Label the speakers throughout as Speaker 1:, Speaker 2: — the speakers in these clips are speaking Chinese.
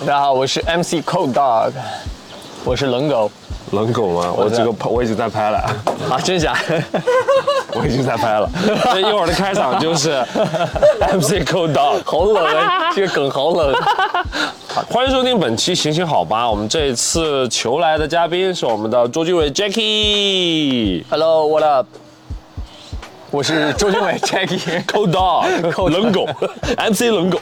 Speaker 1: 大家好，我是 MC Cold Dog，我是冷狗
Speaker 2: 冷狗吗？我这个拍我已经在拍了，
Speaker 1: 啊，真假？
Speaker 2: 我已经在拍了。所以一会儿的开场就是 MC Cold Dog，
Speaker 1: 好冷啊，这个梗好冷。
Speaker 2: 欢迎收听本期《行行好吧》。我们这一次求来的嘉宾是我们的周俊伟 Jackie
Speaker 1: Hello，what up？我是周俊伟 Jackie。
Speaker 2: Cold Dog 冷狗 MC 冷狗。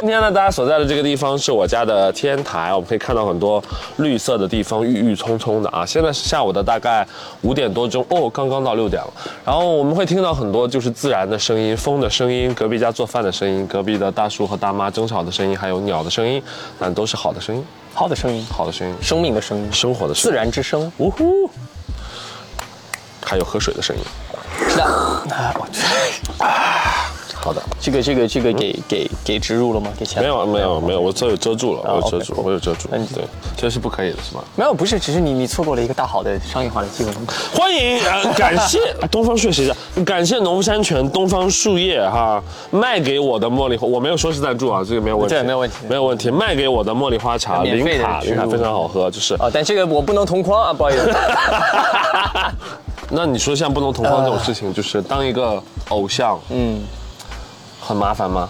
Speaker 2: 今天呢，大家所在的这个地方是我家的天台，我们可以看到很多绿色的地方，郁郁葱葱的啊。现在是下午的大概五点多钟，哦，刚刚到六点了。然后我们会听到很多就是自然的声音，风的声音，隔壁家做饭的声音，隔壁的大叔和大妈争吵的声音，还有鸟的声音，但都是好的声音，
Speaker 1: 好的声音，
Speaker 2: 好的声音。
Speaker 1: 生命的声音，
Speaker 2: 生活的声
Speaker 1: 自
Speaker 2: 音，
Speaker 1: 然之声。
Speaker 2: 呜呼，还有喝水的声音。
Speaker 1: 那啊，我去，
Speaker 2: 好的，
Speaker 1: 这个这个这个给给给植入了吗？给钱
Speaker 2: 没？有没有没有，我这有遮住了，我有遮
Speaker 1: OK，
Speaker 2: 住，我有遮住，
Speaker 1: 那你
Speaker 2: 对，这是不可以的，是吧？
Speaker 1: 没有，不是，只是你你错过了一个大好的商业化的机会。
Speaker 2: 欢迎，呃、感谢东方血一下，感谢农夫山泉东方树叶哈卖给我的茉莉花，我没有说是赞助啊，这个没有问题，
Speaker 1: 对没有问题
Speaker 2: 没有问题，卖给我的茉莉花茶，
Speaker 1: 免
Speaker 2: 零
Speaker 1: 费的
Speaker 2: 卡
Speaker 1: 植入
Speaker 2: 零卡非常好喝，就是。
Speaker 1: 啊，但这个我不能同框啊，不好意 思。
Speaker 2: 那你说像不能同框这种事情，就是当一个偶像，嗯，很麻烦吗？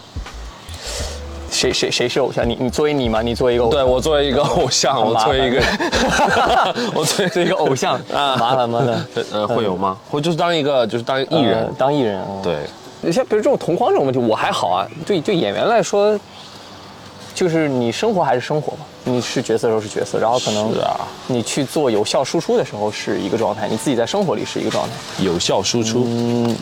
Speaker 1: 谁谁谁是偶像？你你作为你嘛，你作为一个偶
Speaker 2: 对我作为一个偶像，我
Speaker 1: 麻
Speaker 2: 作
Speaker 1: 烦
Speaker 2: 为 一个，我作为
Speaker 1: 作为一个偶 像啊嗯麻烦吗呢
Speaker 2: 呃呃，会有吗？会就是当一个就是当一个艺人，
Speaker 1: 呃 当艺人啊。
Speaker 2: 对，
Speaker 1: 像比如这种同框这种问题，我还好啊。对对，演员来说，就是你生活还是生活嘛，你是角色的时候是角色，然后可能
Speaker 2: 是啊
Speaker 1: 你去做有效输出的时候是一个状态，你自己在生活里是一个状态，
Speaker 2: 有效输出。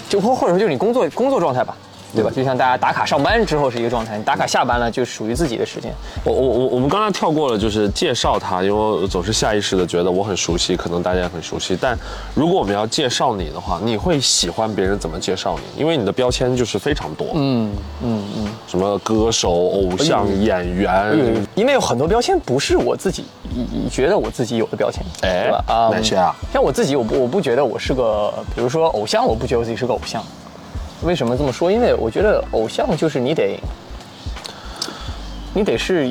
Speaker 1: 就或或者说就是你工作工作状态吧。对
Speaker 2: 嗯
Speaker 1: 吧？就像大家打卡上班之后是一个状态，你打卡下班了就属于自己的时间。
Speaker 2: 我我我我们刚才跳过了，就是介绍他，因为我总是下意识的觉得我很熟悉，可能大家也很熟悉。但如果我们要介绍你的话，你会喜欢别人怎么介绍你？因为你的标签就是非常多，嗯嗯嗯，哎什么歌手、偶像、演员，
Speaker 1: 因为有很多标签不是我自己觉得我自己有的标签，
Speaker 2: 哎
Speaker 1: 对吧？
Speaker 2: 哪些啊？
Speaker 1: 像我自己，我不我不觉得我是个，比如说偶像，我不觉得我自己是个偶像。为什么这么说？因为我觉得偶像就是你得，你得是。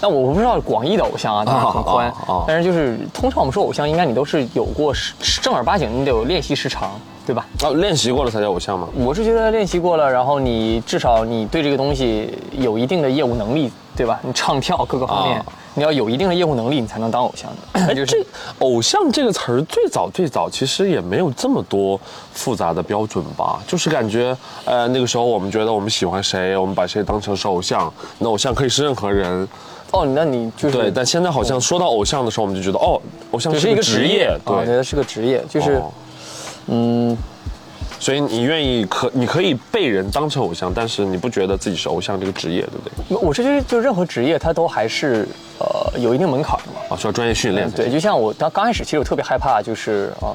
Speaker 1: 那我不知道广义的偶像啊，当然很宽，
Speaker 2: 啊啊啊
Speaker 1: 但是就是通常我们说偶像，应该你都是有过时正儿八经，你得有练习时长，对吧？
Speaker 2: 哦，练习过了才叫偶像吗？
Speaker 1: 我是觉得练习过了，然后你至少你对这个东西有一定的业务能力，对吧？你唱跳各个方面，
Speaker 2: 啊哎
Speaker 1: 你要有一定的业务能力，你才能当偶像 的。就
Speaker 2: 这
Speaker 1: 是
Speaker 2: “偶像”这个词儿最早最早其实也没有这么多复杂的标准吧，就是感觉，呃，那个时候我们觉得我们喜欢谁，我们把谁当成是偶像，那偶像可以是任何人，
Speaker 1: 哦，那你就是
Speaker 2: 对。但现在好像说到偶像的时候，我们就觉得，哦，偶像
Speaker 1: 只
Speaker 2: 是
Speaker 1: 是
Speaker 2: 一个
Speaker 1: 一个
Speaker 2: 职
Speaker 1: 职
Speaker 2: 业
Speaker 1: 业，，啊
Speaker 2: 对，
Speaker 1: 对，是个职业，就是、嗯
Speaker 2: 哦所以你愿意可你可以被人当成偶像，但是你不觉得自己是偶像这个职业，对不对？
Speaker 1: 我是觉得，就是任何职业它都还是呃有一定门槛的
Speaker 2: 啊，
Speaker 1: 嘛。
Speaker 2: 需要专业训练才行。
Speaker 1: 嗯对，就像我当刚开始，其实我特别害怕，就是嗯，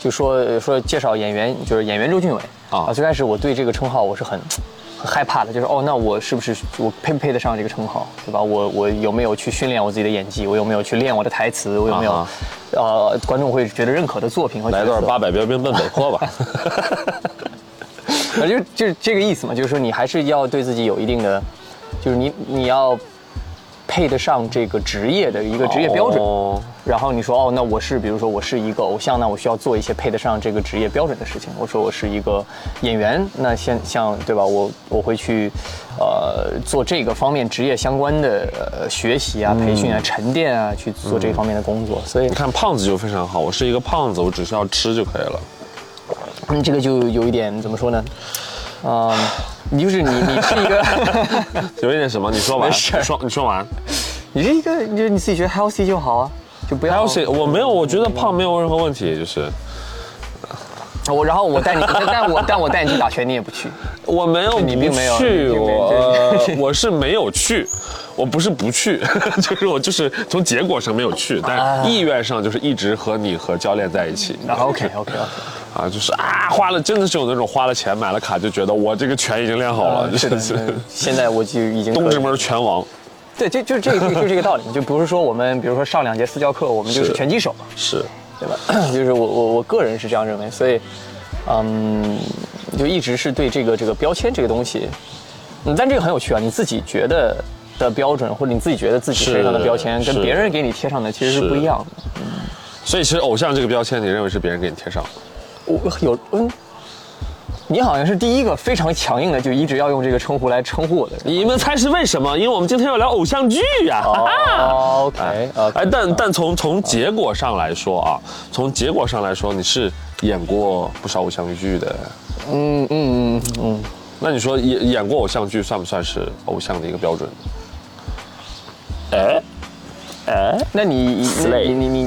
Speaker 1: 就说说介绍演员，就是演员周俊伟
Speaker 2: 啊
Speaker 1: 最开始我对这个称号我是很很害怕的，就是哦，那我是不是我配不配得上这个称号，对吧？我我有没有去训练我自己的演技？我有没有去练我的台词？我有没有、
Speaker 2: 啊
Speaker 1: 呃观众会觉得认可的作品和角
Speaker 2: 来
Speaker 1: 色
Speaker 2: 段八百标兵奔北坡吧。
Speaker 1: 啊，就就是这个意思嘛，就是说你还是要对自己有一定的，就是你你要配得上这个职业的一个 职业标准。
Speaker 2: 哦
Speaker 1: 然后你说哦，那我是比如说我是一个偶像，那我需要做一些配得上这个职业标准的事情。我说我是一个演员，那像像对吧？我我会去呃做这个方面职业相关的、呃、学习啊、培训啊、沉淀啊，去做这方面的工作。所以
Speaker 2: 你看胖子就非常好，我是一个胖子，我只需要吃就可以了。
Speaker 1: 嗯，这个就有一点怎么说呢？嗯、你就是你你是一个。
Speaker 2: 有一点什么？你说完，
Speaker 1: 没事
Speaker 2: 你说你说完。
Speaker 1: 你是一个，你就你自己觉得 healthy 就好啊，就不
Speaker 2: 还
Speaker 1: 要
Speaker 2: 有谁？我没有，我觉得胖没有任何问题，就是
Speaker 1: 我，然后我带你，但我但我带你去打拳，你也不去。
Speaker 2: 我没有
Speaker 1: 你并没有
Speaker 2: 不去，
Speaker 1: 你并没有
Speaker 2: 我呃我是没有去，我不是不去， 就是我就是从结果上没有去，
Speaker 1: 啊
Speaker 2: 但是意愿上就是一直和你和教练在一起。
Speaker 1: OK OK OK，
Speaker 2: 啊，就是啊，花了真的是有那种花了钱买了卡就觉得我这个拳已经练好了，
Speaker 1: 是
Speaker 2: 就
Speaker 1: 的，
Speaker 2: 是
Speaker 1: 嗯 现在我就已经
Speaker 2: 东
Speaker 1: 可以
Speaker 2: 直门拳王。
Speaker 1: 对，就就这个就这个道理，就不是说我们比如说上两节私教课，我们就是
Speaker 2: 是
Speaker 1: 拳击手，
Speaker 2: 是，
Speaker 1: 对吧？ 就是我我我个人是这样认为，所以，嗯，就一直是对这个这个标签这个东西，嗯，但这个很有趣啊，你自己觉得的标准，或者你自己觉得自己身上的标签，
Speaker 2: 是
Speaker 1: 跟别人给你贴上的其实是不一样的。
Speaker 2: 所以其实偶像这个标签，你认为是别人给你贴上的？
Speaker 1: 我有嗯，你好像是第一个非常强硬的，就一直要用这个称呼来称呼我的人。
Speaker 2: 你们猜是为什么？因为我们今天要聊偶像剧呀、哈哈。
Speaker 1: 哦，OK，呃，
Speaker 2: 哎，但但从从结果上来说啊，从结果上来说，你是演过不少偶像剧的。
Speaker 1: 嗯嗯嗯，
Speaker 2: 那你说演演过偶像剧算不算是偶像的一个标准？哎，
Speaker 1: 那你那你你你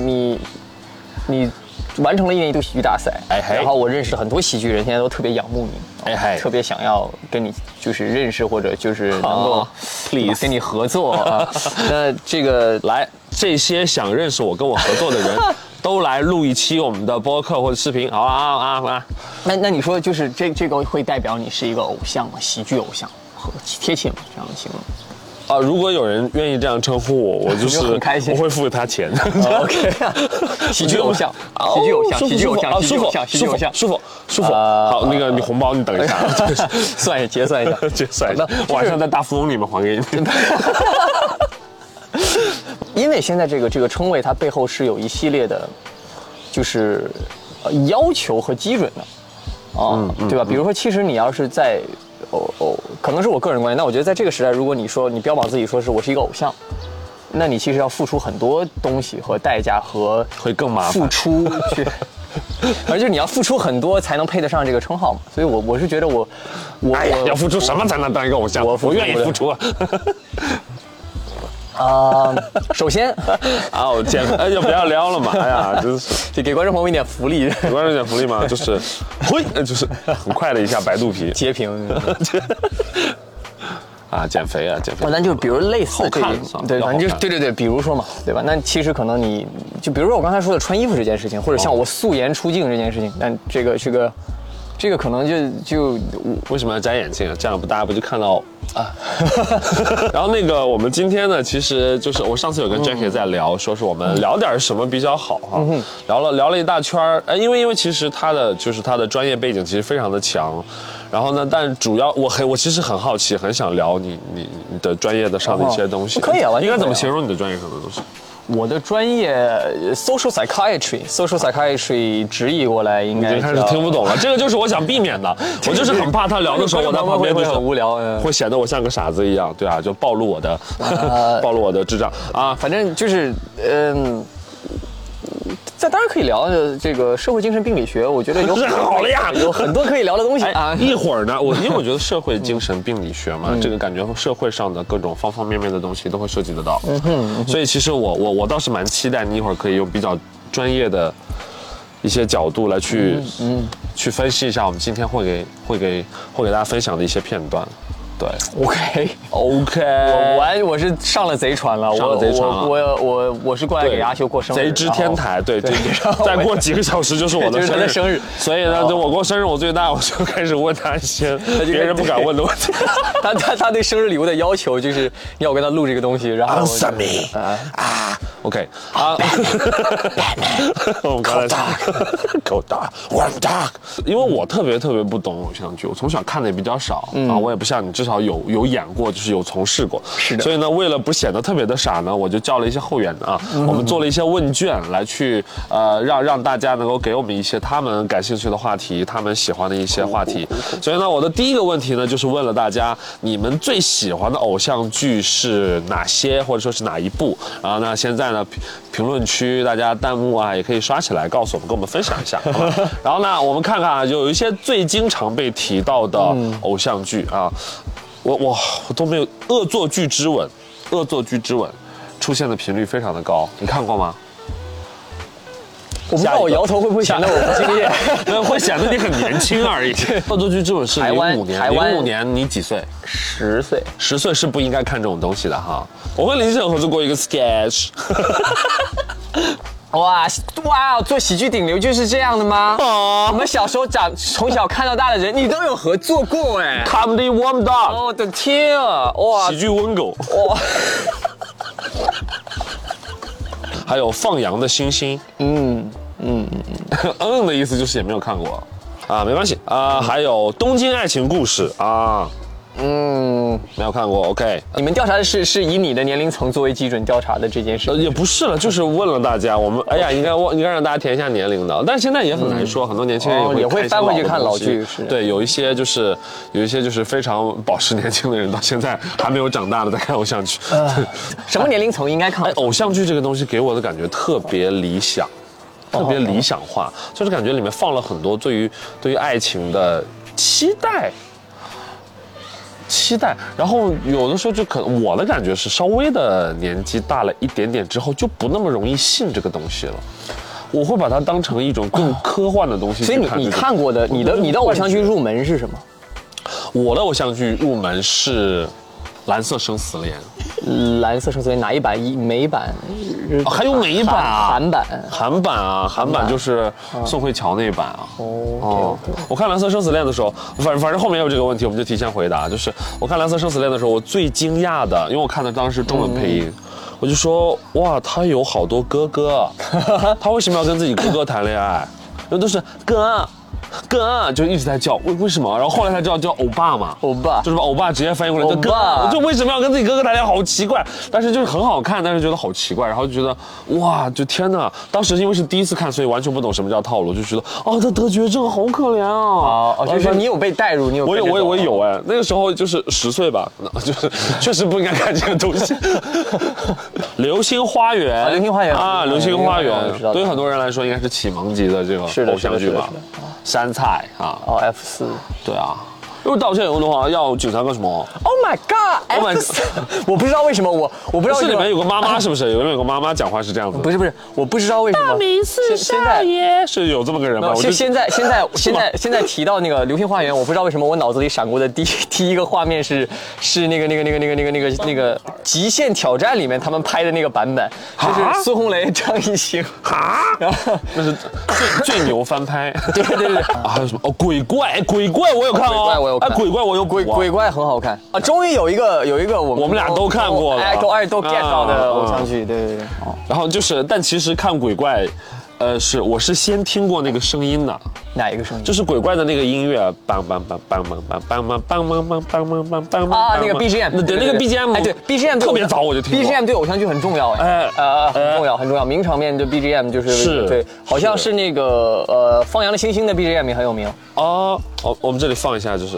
Speaker 1: 你你完成了一年一度喜剧大赛，
Speaker 2: 哎嘿
Speaker 1: 然后我认识很多喜剧人，现在都特别仰慕你，
Speaker 2: 哎嗨
Speaker 1: 特别想要跟你就是认识或者就是能够
Speaker 2: 好哦 please
Speaker 1: 跟你 合作啊。那这个
Speaker 2: 来，这些想认识我跟我合作的 人，都来录一期我们的播客或者视频，好啊啊啊啊！
Speaker 1: 那那你说就是这这个会代表你是一个偶像吗？喜剧偶像，合贴切吗？这样的形容？
Speaker 2: 啊，如果有人愿意这样称呼我，我就是
Speaker 1: 你就很开心
Speaker 2: 我会付他钱。
Speaker 1: OK，喜剧 偶像，喜剧偶像，
Speaker 2: 哦
Speaker 1: 喜剧偶像，喜
Speaker 2: 舒
Speaker 1: 剧
Speaker 2: 服
Speaker 1: 偶像，喜剧偶像，
Speaker 2: 舒服舒服舒服舒服。
Speaker 1: 啊
Speaker 2: 好，那个你红包你等一下，
Speaker 1: 算一结算一下。
Speaker 2: 结算一下
Speaker 1: 好的就，是
Speaker 2: 晚上在大富翁里面还给你。
Speaker 1: 因为现在这个这个称谓，它背后是有一系列的，就是呃要求和基准的，啊、
Speaker 2: 嗯
Speaker 1: 对吧？比如说，其实你要是在偶偶，可能是我个人观点，那我觉得在这个时代，如果你说你标榜自己说是我是一个偶像。那你其实要付出很多东西和代价和
Speaker 2: 会更麻烦
Speaker 1: 付出 去，反正就是你要付出很多才能配得上这个称号嘛。所以我，我是觉得我我
Speaker 2: 哎呀，
Speaker 1: 我
Speaker 2: 要付出什么才能当一个偶像？
Speaker 1: 我
Speaker 2: 我
Speaker 1: 付出
Speaker 2: 愿意
Speaker 1: 不了
Speaker 2: 付出啊！
Speaker 1: 啊、首先
Speaker 2: 啊，我天， 哎，就不要撩了嘛！哎呀，真是
Speaker 1: 得给观众朋友们一点福利，
Speaker 2: 有关注点福利吗？ 就是，嘿，呃就是很快的一下白肚皮
Speaker 1: 截屏。
Speaker 2: 啊，减肥啊，减肥
Speaker 1: 哦，。咱就比如类似这
Speaker 2: 好看是吧
Speaker 1: 种，对，
Speaker 2: 要
Speaker 1: 反
Speaker 2: 好
Speaker 1: 正就
Speaker 2: 看
Speaker 1: 对对对，比如说嘛，对吧？那其实可能你就比如说我刚才说的穿衣服这件事情，或者
Speaker 2: 哦
Speaker 1: 像我素颜出镜这件事情，但这个这个这个可能就就
Speaker 2: 为什么要摘眼镜啊？这样不大家不就看到啊？ 然后那个我们今天呢，其实就是我上次有跟 Jackie 在聊，说是我们聊点什么比较好哈、聊了聊了一大圈儿，哎，因为因为其实他的就是他的专业背景其实非常的强。然后呢？但主要我很我其实很好奇，很想聊你你你的专业的上的一些东西。
Speaker 1: 哦可以啊完全
Speaker 2: 应该怎
Speaker 1: 可以啊
Speaker 2: 么形容你的专业上的东西？
Speaker 1: 我的专业呃 social psychiatry，social psychiatry 直译过来应
Speaker 2: 已
Speaker 1: 该
Speaker 2: 经开始
Speaker 1: 叫
Speaker 2: 听不 懂了，啊这个就是我想避免的。我就是很怕他聊的时候，我在旁边就
Speaker 1: 会
Speaker 2: 是
Speaker 1: 很无聊嗯
Speaker 2: 会显得我像个傻子一样，对啊，就暴露我的，暴露我的智障啊。
Speaker 1: 反正就是，嗯，在当然可以聊呃这个社会精神病理学，我 觉得有很多
Speaker 2: 好了呀
Speaker 1: 有很多可以聊的东西啊
Speaker 2: 哎，。一会儿呢，我因为我觉得社会精神病理学嘛，这个感觉社会上的各种方方面面的东西都会涉及得到。所以其实我我我倒是蛮期待你一会儿可以用比较专业的一些角度来去去分析一下我们今天会给会给会给大家分享的一些片段。对
Speaker 1: OK，
Speaker 2: ，OK，
Speaker 1: 我完我是上了贼船了，
Speaker 2: 上了
Speaker 1: 我
Speaker 2: 贼船了
Speaker 1: 我我我我是过来
Speaker 2: 对
Speaker 1: 给阿修过生日，哦
Speaker 2: 贼之天台，对对
Speaker 1: 然，后
Speaker 2: 再
Speaker 1: 我
Speaker 2: 过几个小时就是我
Speaker 1: 就
Speaker 2: 的
Speaker 1: 是
Speaker 2: 生
Speaker 1: 他
Speaker 2: 日，
Speaker 1: 的生日
Speaker 2: 所以呢，就我过生日我最大，我就开始问他一些
Speaker 1: 就
Speaker 2: 别人不敢问的问题。
Speaker 1: 他他他对生日礼物的要求就是要我跟他录这个东西，然后我就
Speaker 2: Answer me 啊，OK 啊， 我们刚才狗大 warm dog，因为我特别特别不懂偶像剧，我从小看的也比较少啊，我也不像你，至少有有演过，就是有从事过，
Speaker 1: 是的
Speaker 2: 所以呢，为了不显得特别的傻呢，我就叫了一些后援啊，我们做了一些问卷来去呃让让大家能够给我们一些他们感兴趣的话题，他们喜欢的一些话题。所以呢，我的第一个问题呢，就是问了大家你们最喜欢的偶像剧是哪些，或者说是哪一部？然后呢，现在呢评评论区大家弹幕啊也可以刷起来，告诉我们，跟我们分享一下，好吧？然后呢，我们看看啊，有一些最经常被提到的偶像剧啊。我我我都没有《恶作剧之吻》，《恶作剧之吻》出现的频率非常的高，你看过吗？
Speaker 1: 我不知道我摇头会不会显得我不敬业。
Speaker 2: 会显得你很年轻而已。《恶作剧之吻》是
Speaker 1: 台
Speaker 2: 零
Speaker 1: 湾
Speaker 2: 五年，
Speaker 1: 台湾
Speaker 2: 零五年你几岁？
Speaker 1: 十岁，
Speaker 2: 十岁是不应该看这种东西的哈。我和林志颖合作过一个 sketch，
Speaker 1: 哇哇，做喜剧顶流就是这样的吗？我
Speaker 2: 哦
Speaker 1: 们小时候长从小看到大的人，你都有合作过哎。
Speaker 2: ，comedy warm dog，
Speaker 1: 哦我的天啊，哇
Speaker 2: 喜剧温狗，
Speaker 1: 哇，
Speaker 2: 还有放羊的星星。嗯嗯嗯的意思就是也没有看过啊，没关系啊。还有《东京爱情故事》啊，
Speaker 1: 嗯，
Speaker 2: 没有看过，OK。
Speaker 1: 你们调查的是是以你的年龄层作为基准调查的这件事
Speaker 2: 呃，也不是了，就是问了大家，我们哎呀，应该问，应该让大家填一下年龄的，但是现在也很难说，很多年轻人
Speaker 1: 哦也
Speaker 2: 也
Speaker 1: 会
Speaker 2: 会
Speaker 1: 翻回去
Speaker 2: 一些
Speaker 1: 看
Speaker 2: 的
Speaker 1: 老
Speaker 2: 东西
Speaker 1: 剧是
Speaker 2: 对，有一些就是有一些就是非常保持年轻的人，到现在还没有长大的在看偶像剧。
Speaker 1: 嗯 什么年龄层应该看
Speaker 2: 哎，？偶像剧这个东西给我的感觉特别理想，
Speaker 1: 哦
Speaker 2: 特别理想化，就是感觉里面放了很多对于对于爱情的期待。期待，然后有的时候就可我的感觉是稍微的年纪大了一点点之后就不那么容易信这个东西了，我会把它当成一种更科幻的东西
Speaker 1: 所以
Speaker 2: 去看这个。
Speaker 1: 你你看过的，你的你的偶像剧入门是什么？
Speaker 2: 我的偶像剧入门是《蓝色生死恋》，
Speaker 1: 蓝色生死恋哪一版？一美版，日
Speaker 2: 哦还有美版啊
Speaker 1: 韩韩版。
Speaker 2: 韩版啊，韩版就是宋慧乔那版啊。
Speaker 1: 哦
Speaker 2: 哦，，我看《蓝色生死恋》的时候，反反正后面有这个问题，我们就提前回答。就是我看《蓝色生死恋》的时候，我最惊讶的，因为我看的当时是中文配音，我就说哇，他有好多哥哥，他为什么要跟自己哥哥谈恋爱？ 然后都是哥。哥就一直在叫，为为什么？然后后来才知道叫欧巴嘛，
Speaker 1: 欧 巴
Speaker 2: 就是把欧巴直接翻译过来叫
Speaker 1: 欧
Speaker 2: 哥
Speaker 1: 巴，
Speaker 2: 就为什么要跟自己哥哥谈恋爱？好奇怪，但是就是很好看，但是觉得好奇怪，然后就觉得哇，就天哪！当时因为是第一次看，所以完全不懂什么叫套路，就觉得哦，他得绝症好可怜啊
Speaker 1: 哦！哦，就是你有被带入，你有
Speaker 2: 我有
Speaker 1: 被这
Speaker 2: 我有
Speaker 1: 种
Speaker 2: 我有哎，那个时候就是十岁吧，就是确实不应该看这个东 西。流星花园，
Speaker 1: 啊流星花园
Speaker 2: 啊，流
Speaker 1: 流星
Speaker 2: 星
Speaker 1: 花
Speaker 2: 花
Speaker 1: 园
Speaker 2: 园
Speaker 1: 我知道，哦
Speaker 2: 对于很多人来说应该是启蒙级的这个
Speaker 1: 是的
Speaker 2: 偶像剧吧
Speaker 1: 是的是。
Speaker 2: 山菜啊，
Speaker 1: 哦 F 四。
Speaker 2: 对啊，如果道歉的话，要警察干什么？
Speaker 1: Oh my
Speaker 2: Oh my
Speaker 1: god！F 四， 我不知道为什么我我不知道为
Speaker 2: 是
Speaker 1: 什
Speaker 2: 里面
Speaker 1: 么
Speaker 2: 有个 妈妈，是不是？里面有个妈妈讲话是这样子的。
Speaker 1: 不是不是，我不知道为什么现现在
Speaker 2: 爷，是有这么个人
Speaker 1: 没
Speaker 2: 吗？
Speaker 1: 有，
Speaker 2: 啊我
Speaker 1: 现
Speaker 2: 就
Speaker 1: 现在现 在现在现在提到那个《流星花园》，我不知道为什么我脑子里闪过的第一第一个画面是是那个那个那个那个那个那个那个《极限挑战》里面他们拍的那个版本，就是孙红雷、 张艺兴，
Speaker 2: 啊，
Speaker 1: 然后
Speaker 2: 那是最最牛翻拍。
Speaker 1: 对对对对
Speaker 2: 啊，还有什么？哦，鬼怪，哎鬼怪我有看哦，
Speaker 1: 鬼怪我有看
Speaker 2: 哎，鬼怪我有
Speaker 1: 鬼
Speaker 2: 补啊
Speaker 1: 鬼怪很好看啊，终于有一个有一个我们
Speaker 2: 我们俩都看过了
Speaker 1: 哎都哎都 get 到的
Speaker 2: 啊哦
Speaker 1: 偶像剧，对对对，
Speaker 2: 然后就是，但其实看鬼怪，呃，是我是先听过那个声音的，
Speaker 1: 哪一个声音？
Speaker 2: 就是鬼怪的那个音乐，梆梆梆梆梆梆梆梆梆梆梆梆梆梆
Speaker 1: 啊，那个 BGM，
Speaker 2: 对，那个 BGM，
Speaker 1: 哎，对 BGM 对
Speaker 2: 特
Speaker 1: 我
Speaker 2: 别早我就听过
Speaker 1: BGM 对偶像剧很重要，哎
Speaker 2: 哎，
Speaker 1: 呃，很
Speaker 2: 哎
Speaker 1: 重要，很重要。名场面的 BGM 就是
Speaker 2: 是
Speaker 1: 对，好像
Speaker 2: 是
Speaker 1: 是那个呃，放羊的星星的 BGM 也很有名。
Speaker 2: 哦，我我们这里放一下，就是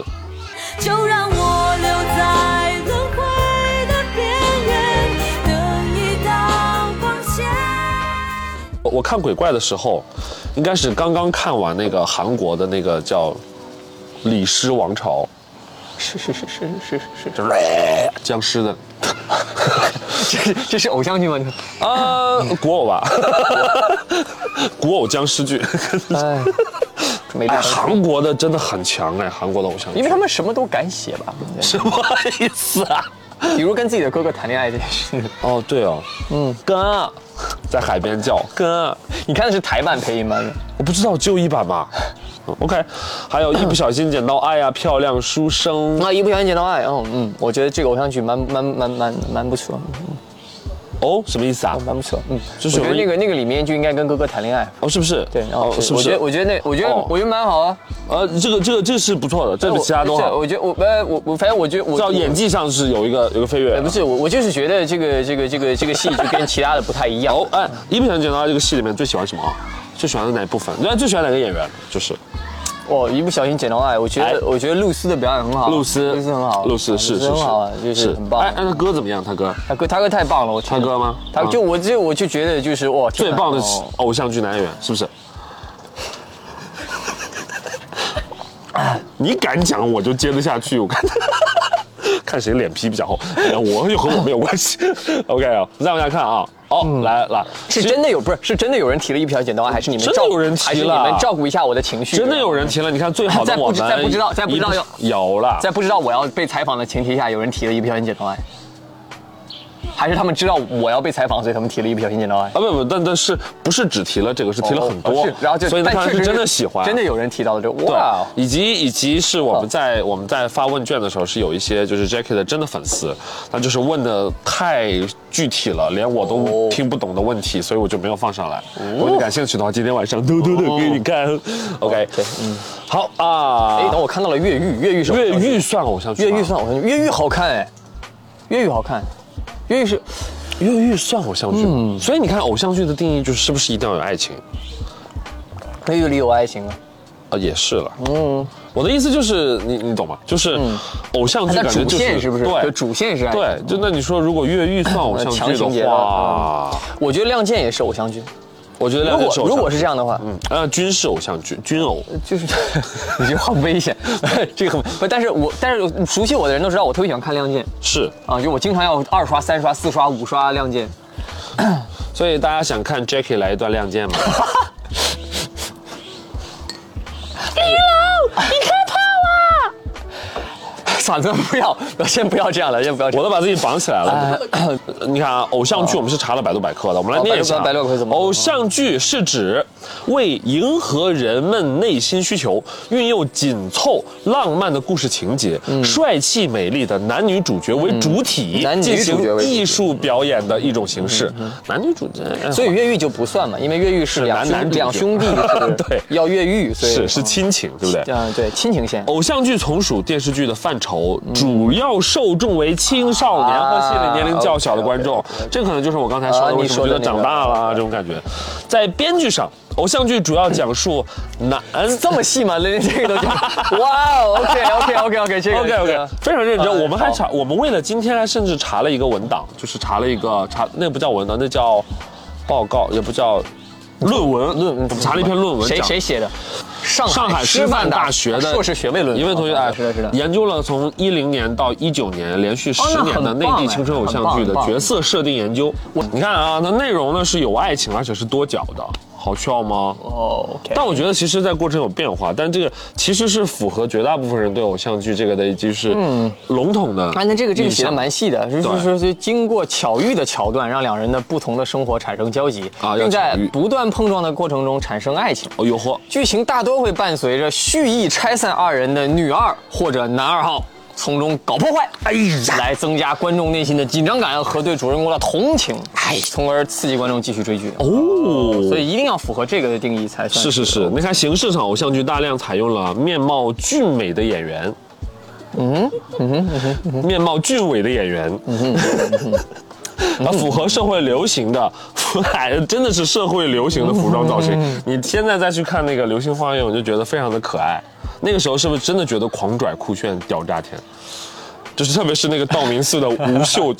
Speaker 3: 就让我留在轮回的边缘，等一道光线。
Speaker 2: 我我看鬼怪的时候，应该是刚刚看完那个韩国的那个叫《李尸王朝
Speaker 1: 是是是是是是》，
Speaker 2: 就是僵尸的，
Speaker 1: 是，这是 这是偶像剧吗？
Speaker 2: 啊，古偶吧， 古偶僵尸剧。
Speaker 1: 哎，没
Speaker 2: 哎，
Speaker 1: 办法，
Speaker 2: 韩国的真的很强哎，韩国的偶像剧，
Speaker 1: 因为他们什么都敢写吧，对不对
Speaker 2: 什么意思啊？
Speaker 1: 比如跟自己的哥哥谈恋爱这件事。
Speaker 2: 哦，对哦，嗯，哥，在海边叫哥，
Speaker 1: 你看的是台版配音版的，
Speaker 2: 我不知道，只有一版吧。嗯 OK，还有一不小心捡到爱呀、漂亮书生，
Speaker 1: 那一不小心捡到爱，嗯嗯，我觉得这个偶像剧蛮蛮蛮蛮蛮不错，
Speaker 2: 哦，什么意思啊？
Speaker 1: 蛮不错，嗯，
Speaker 2: 就是
Speaker 1: 我觉得
Speaker 2: 有一
Speaker 1: 那个那个里面就应该跟哥哥谈恋爱。
Speaker 2: 哦，是不是？
Speaker 1: 对，然后
Speaker 2: 哦，是不
Speaker 1: 我觉
Speaker 2: 是
Speaker 1: 得？我觉得那我觉得
Speaker 2: 哦
Speaker 1: 我觉得蛮好啊，
Speaker 2: 呃，这个这个这是不错的，这比其他都
Speaker 1: 不是
Speaker 2: 好。
Speaker 1: 我觉得我呃我我反正我觉得我
Speaker 2: 至少演
Speaker 1: 技。
Speaker 2: 技上是有一个有一个飞跃
Speaker 1: 呃
Speaker 2: 的。
Speaker 1: 不是我，我就是觉得这个这个这个这个戏就跟其他的不太一样。
Speaker 2: 哦，哎，一不小心捡到爱这个戏里面最喜欢什么啊？最喜欢的哪一部分？那最喜欢哪个演员？就是
Speaker 1: 哦，一不小心捡到爱，我觉
Speaker 2: 哎
Speaker 1: 得我觉得露丝的表演很好，啊
Speaker 2: 露丝，
Speaker 1: 露丝很好，
Speaker 2: 露丝
Speaker 1: 啊
Speaker 2: 是是
Speaker 1: 很好啊，就是是很棒。
Speaker 2: 哎，哎那歌怎么样？他歌
Speaker 1: 他哥他哥太棒了，我
Speaker 2: 他
Speaker 1: 唱
Speaker 2: 歌吗？
Speaker 1: 他
Speaker 2: 嗯
Speaker 1: 就我就我就觉得就是哇，天
Speaker 2: 最
Speaker 1: 哪
Speaker 2: 棒的
Speaker 1: 哦
Speaker 2: 偶像剧男演员，是 不是？你敢讲我就接得下去，我看 看谁脸皮比较厚。哎呀，我又和我没有关系。OK 啊，再往下看啊。哦，
Speaker 1: 嗯
Speaker 2: 来来，
Speaker 1: 是真的有不是是真的有人提了一不小心捡到爱，还是你们
Speaker 2: 真的
Speaker 1: 照顾
Speaker 2: 有人提
Speaker 1: 还是你
Speaker 2: 了
Speaker 1: 们照顾一下我的情绪？
Speaker 2: 真的有人提了。你看最好的
Speaker 1: 在不
Speaker 2: 我
Speaker 1: 知在
Speaker 2: 们
Speaker 1: 不知道在不知道
Speaker 2: 一
Speaker 1: 要
Speaker 2: 有了，
Speaker 1: 在不知道我要被采访的前提下，有人提了一不小心捡到爱。还是他们知道我要被采访，所以他们提了一不小心剪刀爱？
Speaker 2: 啊不不，但但是不是只提了这个，是提了很
Speaker 1: 哦
Speaker 2: 多，
Speaker 1: 是然后就
Speaker 2: 所以他
Speaker 1: 但
Speaker 2: 看来
Speaker 1: 确
Speaker 2: 是
Speaker 1: 实
Speaker 2: 真的喜欢，
Speaker 1: 真的有人提到了这个，
Speaker 2: 对
Speaker 1: 哇，，哦
Speaker 2: 以及以及是我们在、我们在发问卷的时候，是有一些就是 Jackie 的真的粉丝，他就是问的太具体了，连我都
Speaker 1: 哦
Speaker 2: 听不懂的问题，所以我就没有放上来。如果你感兴趣的话，今天晚上偷偷的
Speaker 1: 哦
Speaker 2: 给你看。OK，嗯，好啊
Speaker 1: 哎，，等我看到了越狱，越狱是
Speaker 2: 越
Speaker 1: 偶像剧
Speaker 2: 狱算偶像剧
Speaker 1: 越
Speaker 2: 吗，
Speaker 1: 狱算偶像剧，越狱好看哎，越狱好看，越狱是
Speaker 2: 越狱算偶像剧，
Speaker 1: 嗯
Speaker 2: 所以你看偶像剧的定义就是是不是一定要有爱情？
Speaker 1: 越狱里有爱情啊，
Speaker 2: 啊，也是了。嗯，我的意思就是，你你懂吗？就是偶像
Speaker 1: 嗯它
Speaker 2: 剧
Speaker 1: 的
Speaker 2: 感觉
Speaker 1: 主
Speaker 2: 就是
Speaker 1: 线是不是？就
Speaker 2: 对，
Speaker 1: 主线是爱情。
Speaker 2: 对，就那你说，如果越狱算偶像
Speaker 1: 强情
Speaker 2: 剧
Speaker 1: 节
Speaker 2: 的话，
Speaker 1: 我觉得《亮剑》也是偶像剧。
Speaker 2: 我觉得
Speaker 1: 如
Speaker 2: 两
Speaker 1: 果
Speaker 2: 个是偶像剧
Speaker 1: 如果是这，样的话，
Speaker 2: 嗯，啊，军事偶像剧，军偶，
Speaker 1: 就是 你这话危险， 这个很不。但是我但是熟悉我的人都知道，我特别喜欢看《亮剑》
Speaker 2: 是，
Speaker 1: 啊，就我经常要二刷、三刷、四刷、五刷《亮剑》。
Speaker 2: 所以大家想看 Jackie 来一段《亮剑》吗？
Speaker 1: 嗓子不要，先不要这样了，先不要这
Speaker 2: 我
Speaker 1: 样。
Speaker 2: 都把自己绑起来了。 你看啊，偶像剧我们是查了百度百科的，我们来念一下啊。
Speaker 1: 哎哦百度百度百科怎么
Speaker 2: 偶像剧是指为迎合人们内心需求，运用紧凑浪漫的故事情节、帅气美丽的男女主角为主体，
Speaker 1: 嗯男女
Speaker 2: 进
Speaker 1: 主角
Speaker 2: 行
Speaker 1: 为主体嗯
Speaker 2: 艺术表演的一种形式。男女主角，哎
Speaker 1: 所以越狱就不算嘛，因为越狱是两
Speaker 2: 男
Speaker 1: 兄
Speaker 2: 男主
Speaker 1: 两
Speaker 2: 角
Speaker 1: 兄弟
Speaker 2: 对
Speaker 1: 是要越狱，所以
Speaker 2: 是是
Speaker 1: 嗯
Speaker 2: 亲情，对不对？
Speaker 1: 嗯对亲情线。
Speaker 2: 偶像剧从属电视剧的范畴，
Speaker 1: 嗯
Speaker 2: 主要受众为青少年和心理年龄较小的观众。这可能就是我刚才说
Speaker 1: 啊
Speaker 2: 的，
Speaker 1: 你
Speaker 2: 为什么
Speaker 1: 说
Speaker 2: 觉
Speaker 1: 的
Speaker 2: 得长大了啊这种感觉。在编剧上，偶像剧主要讲述男。
Speaker 1: 这么细吗？连这个都讲？哇，OK OK OK OK，这个
Speaker 2: OK OK，非常认真。
Speaker 1: 嗯
Speaker 2: 我们还查，我们为了今天还甚至查了一个文档，就是查了一个查，那不叫文档，那叫报告，也不叫论文。论我们查了一篇论文，
Speaker 1: 谁
Speaker 2: 讲
Speaker 1: 谁写的？上
Speaker 2: 上海师范大学的
Speaker 1: 硕士学位论文，
Speaker 2: 一位同学哎
Speaker 1: 是的，是哦的，
Speaker 2: 研究了从一零年到一九年连续十年的内
Speaker 1: 哎
Speaker 2: 地青春偶像剧的角色设定研究。你看啊，那内容呢是有爱情，而且是多角的，好笑吗？
Speaker 1: 哦，OK，
Speaker 2: 但我觉得其实，在过程有变化，但这个其实是符合绝大部分人对偶像剧这个的，就是笼统的印象。
Speaker 1: 啊，那这个这个写的蛮细的，就是
Speaker 2: 对
Speaker 1: 说是经过巧遇的桥段，让两人的不同的生活产生交集
Speaker 2: 啊要，
Speaker 1: 并在
Speaker 2: 巧遇
Speaker 1: 不断碰撞的过程中产生爱情。
Speaker 2: 哦，有嚯，
Speaker 1: 剧情大多会伴随着蓄意拆散二人的女二或者男二号，从中搞破坏，哎呀，来增加观众内心的紧张感和对主人公的同情，哎，从而刺激观众继续追剧。
Speaker 2: 哦，
Speaker 1: 所以一定要符合这个的定义才算
Speaker 2: 是是是，你看哦形式上，偶像剧大量采用了面貌俊美的演员。嗯哼，面貌俊伟的演员，啊，符合社会流行的，哎，真的是社会流行的服装造型。你现在再去看那个《流星花园》，我就觉得非常的可爱。那个时候是不是真的觉得狂拽酷炫屌炸天？就是特别是那个道明寺的无 袖，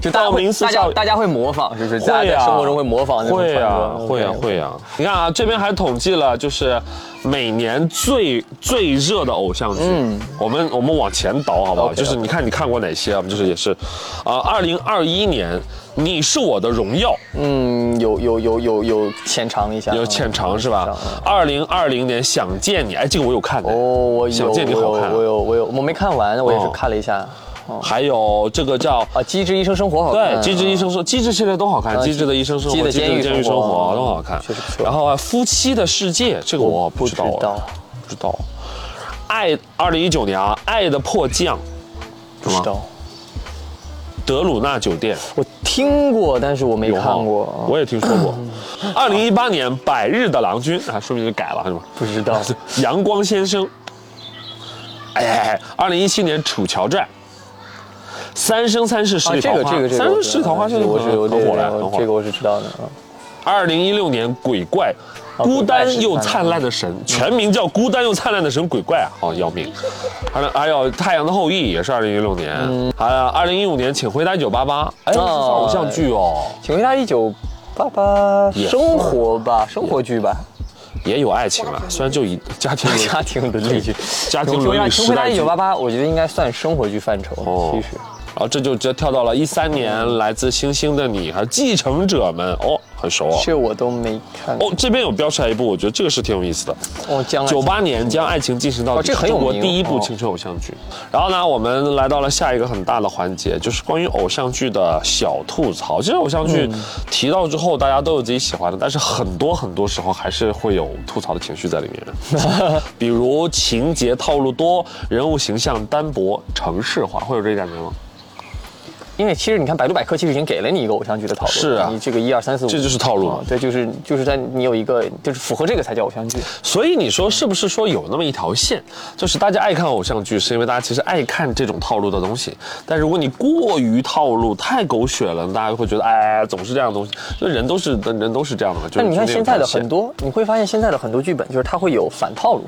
Speaker 1: 就大家
Speaker 2: 道
Speaker 1: 会
Speaker 2: 明寺
Speaker 1: 大
Speaker 2: 少
Speaker 1: 家
Speaker 2: 爷
Speaker 1: 大家会模仿，是不是？
Speaker 2: 会
Speaker 1: 大家在
Speaker 2: 啊
Speaker 1: 生活中会模仿那种
Speaker 2: 会
Speaker 1: 穿
Speaker 2: 呀，
Speaker 1: 着
Speaker 2: 会呀，。啊会呀。你看啊，这边还统计了，就是每年最最热的偶像剧。我们我们往前倒好不好？
Speaker 1: 嗯 OK，OK
Speaker 2: 就是你看你看过哪些啊？我们就是也是，啊，二零二一年《你是我的荣耀》
Speaker 1: 嗯，有有有有有浅尝一下，
Speaker 2: 有
Speaker 1: 浅
Speaker 2: 浅尝是吧？二零二零年《想见你》，哎，这个我有看的。
Speaker 1: 哦，我有
Speaker 2: 想见你好看啊
Speaker 1: 我有我有我有我没看完，我也是
Speaker 2: 哦
Speaker 1: 看了一下。
Speaker 2: 还有这个叫
Speaker 1: 啊，《机智医生生活》好
Speaker 2: 对
Speaker 1: 看，
Speaker 2: 《机智医生生》《机智》系列都好看，《
Speaker 1: 嗯啊
Speaker 2: 机智的医生生活》《
Speaker 1: 机智的
Speaker 2: 机智的
Speaker 1: 监
Speaker 2: 监
Speaker 1: 狱
Speaker 2: 狱
Speaker 1: 生
Speaker 2: 生
Speaker 1: 活哦
Speaker 2: 活》都好看
Speaker 1: 确实不，错
Speaker 2: 然后啊，《夫妻的世界》这个我不知道，啊
Speaker 1: 不知道
Speaker 2: 不知道。爱二零一九年啊，《爱的迫降》
Speaker 1: 不
Speaker 2: 是
Speaker 1: 知
Speaker 2: 吗
Speaker 1: 道，
Speaker 2: 德鲁纳酒店
Speaker 1: 我听过，但是我没
Speaker 2: 有
Speaker 1: 看
Speaker 2: 哈
Speaker 1: 过，
Speaker 2: 我也听说过。二零一八年《百日的郎君》啊，说明就改了是吧？
Speaker 1: 不知道。
Speaker 2: 《阳光先生》，哎，二零一七年《楚乔传》，《三生三世十
Speaker 1: 啊，
Speaker 2: 里
Speaker 1: 这
Speaker 2: 桃
Speaker 1: 个
Speaker 2: 花
Speaker 1: 这》，个这
Speaker 2: 三
Speaker 1: 个我
Speaker 2: 生
Speaker 1: 知道，
Speaker 2: 十里桃花》现在
Speaker 1: 我是有
Speaker 2: 很很
Speaker 1: 点
Speaker 2: 火了，很火
Speaker 1: 这
Speaker 2: 了
Speaker 1: 个。我是知道的啊。
Speaker 2: 二零一六年《啊鬼怪》，孤单又灿烂的神，嗯全名叫《孤单又灿烂的神鬼怪》啊，哦，要命！还有还有《太阳的后裔》也是二零一六年，还有二零一五年《请回答一九八八》，哎，这是偶像剧哦，
Speaker 1: 请回答一九八八
Speaker 2: 也
Speaker 1: 生活吧，生活剧吧，
Speaker 2: 也有爱情了，虽然就一 家庭伦
Speaker 1: 家庭伦理剧，
Speaker 2: 家庭伦理
Speaker 1: 请
Speaker 2: 时
Speaker 1: 回答
Speaker 2: 代
Speaker 1: 一
Speaker 2: 剧
Speaker 1: 九。八八，我觉得应该算生活剧范畴，
Speaker 2: 哦
Speaker 1: 其实。
Speaker 2: 然后这就直接跳到了一三年，来自星星的你，还有继承者们哦，很熟哦。
Speaker 1: 这我都没看。
Speaker 2: 哦，这边有标出来一部，我觉得这个是挺有意思的。
Speaker 1: 哦，将来
Speaker 2: 九八年将爱情进行到底，
Speaker 1: 哦这
Speaker 2: 是
Speaker 1: 很有
Speaker 2: 中国
Speaker 1: 名
Speaker 2: 第一部
Speaker 1: 哦
Speaker 2: 青春偶像剧。然后呢，我们来到了下一个很大的环节，就是关于偶像剧的小吐槽。其实偶像剧
Speaker 1: 嗯
Speaker 2: 提到之后，大家都有自己喜欢的，但是很多很多时候还是会有吐槽的情绪在里面， 比如情节套路多，人物形象单薄、城市化，会有这个感觉吗？
Speaker 1: 因为其实你看百度百科其实已经给了你一个偶像剧的套路，
Speaker 2: 是啊
Speaker 1: 你这个一二三四五，
Speaker 2: 这就是套路
Speaker 1: 啊对，就是就是在你有一个就是符合这个才叫偶像剧。
Speaker 2: 所以你说是不是说有那么一条线，就是大家爱看偶像剧，是因为大家其实爱看这种套路的东西。但如果你过于套路，太狗血了，大家会觉得哎，总是这样的东西。就人都是人都是这样的嘛。就是
Speaker 1: 但你看
Speaker 2: 中间
Speaker 1: 现
Speaker 2: 有
Speaker 1: 在的
Speaker 2: 条线
Speaker 1: 很多，你会发现现在的很多剧本就是它会有反套路，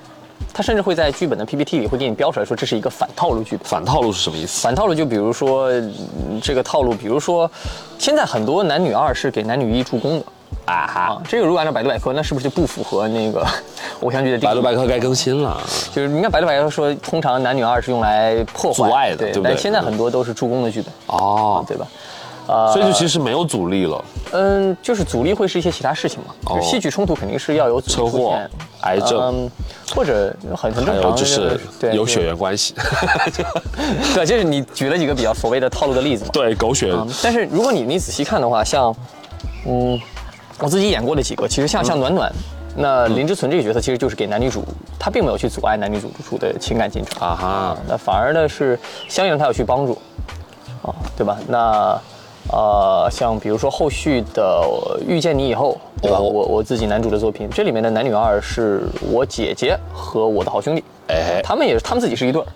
Speaker 1: 它甚至会在剧本的 PPT 里会给你标出来说这是一个反套路剧本。
Speaker 2: 反套路是什么意思？
Speaker 1: 反套路就比如说、嗯这个套路，比如说现在很多男女二是给男女一助攻的。
Speaker 2: 啊
Speaker 1: 啊
Speaker 2: 哈，，
Speaker 1: 这个如果按照百度百科，那是不是就不符合那个 偶像剧的定
Speaker 2: 百
Speaker 1: 义？
Speaker 2: 度百科该更新了。
Speaker 1: 就是你看百度百科说，通常男女二是用来破坏
Speaker 2: 阻碍的
Speaker 1: 对
Speaker 2: 对不对
Speaker 1: 但现在很多都是助攻的剧本，
Speaker 2: 哦，
Speaker 1: 对吧？呃
Speaker 2: 所以就其实没有阻力了，
Speaker 1: 嗯，就是阻力会是一些其他事情嘛，
Speaker 2: 哦
Speaker 1: 就是戏剧冲突肯定是要有阻
Speaker 2: 车
Speaker 1: 力出
Speaker 2: 祸
Speaker 1: 现、
Speaker 2: 癌症，
Speaker 1: 嗯，或者很很
Speaker 2: 还
Speaker 1: 正
Speaker 2: 有
Speaker 1: 常，
Speaker 2: 就是
Speaker 1: 嗯对
Speaker 2: 有血
Speaker 1: 对
Speaker 2: 缘关系，
Speaker 1: 对，就是你举了几个比较所谓的套路的例子嘛。
Speaker 2: 对狗血。
Speaker 1: 嗯但是如果你你仔细看的话，像，嗯，我自己演过的几个，其实
Speaker 2: 嗯
Speaker 1: 像像暖暖，那林志纯这个角色其实就是给男女主，他并没有去阻碍男女主处的情感进程
Speaker 2: 啊哈，
Speaker 1: 那反而呢是相应他有去帮助，啊，对吧？那呃，像比如说后续的呃《遇见你以后》，对吧？
Speaker 2: 哦
Speaker 1: 我我自己男主的作品，这里面的男女二是我姐姐和我的好兄弟，
Speaker 2: 哎，
Speaker 1: 他们也是他们自己是一对儿，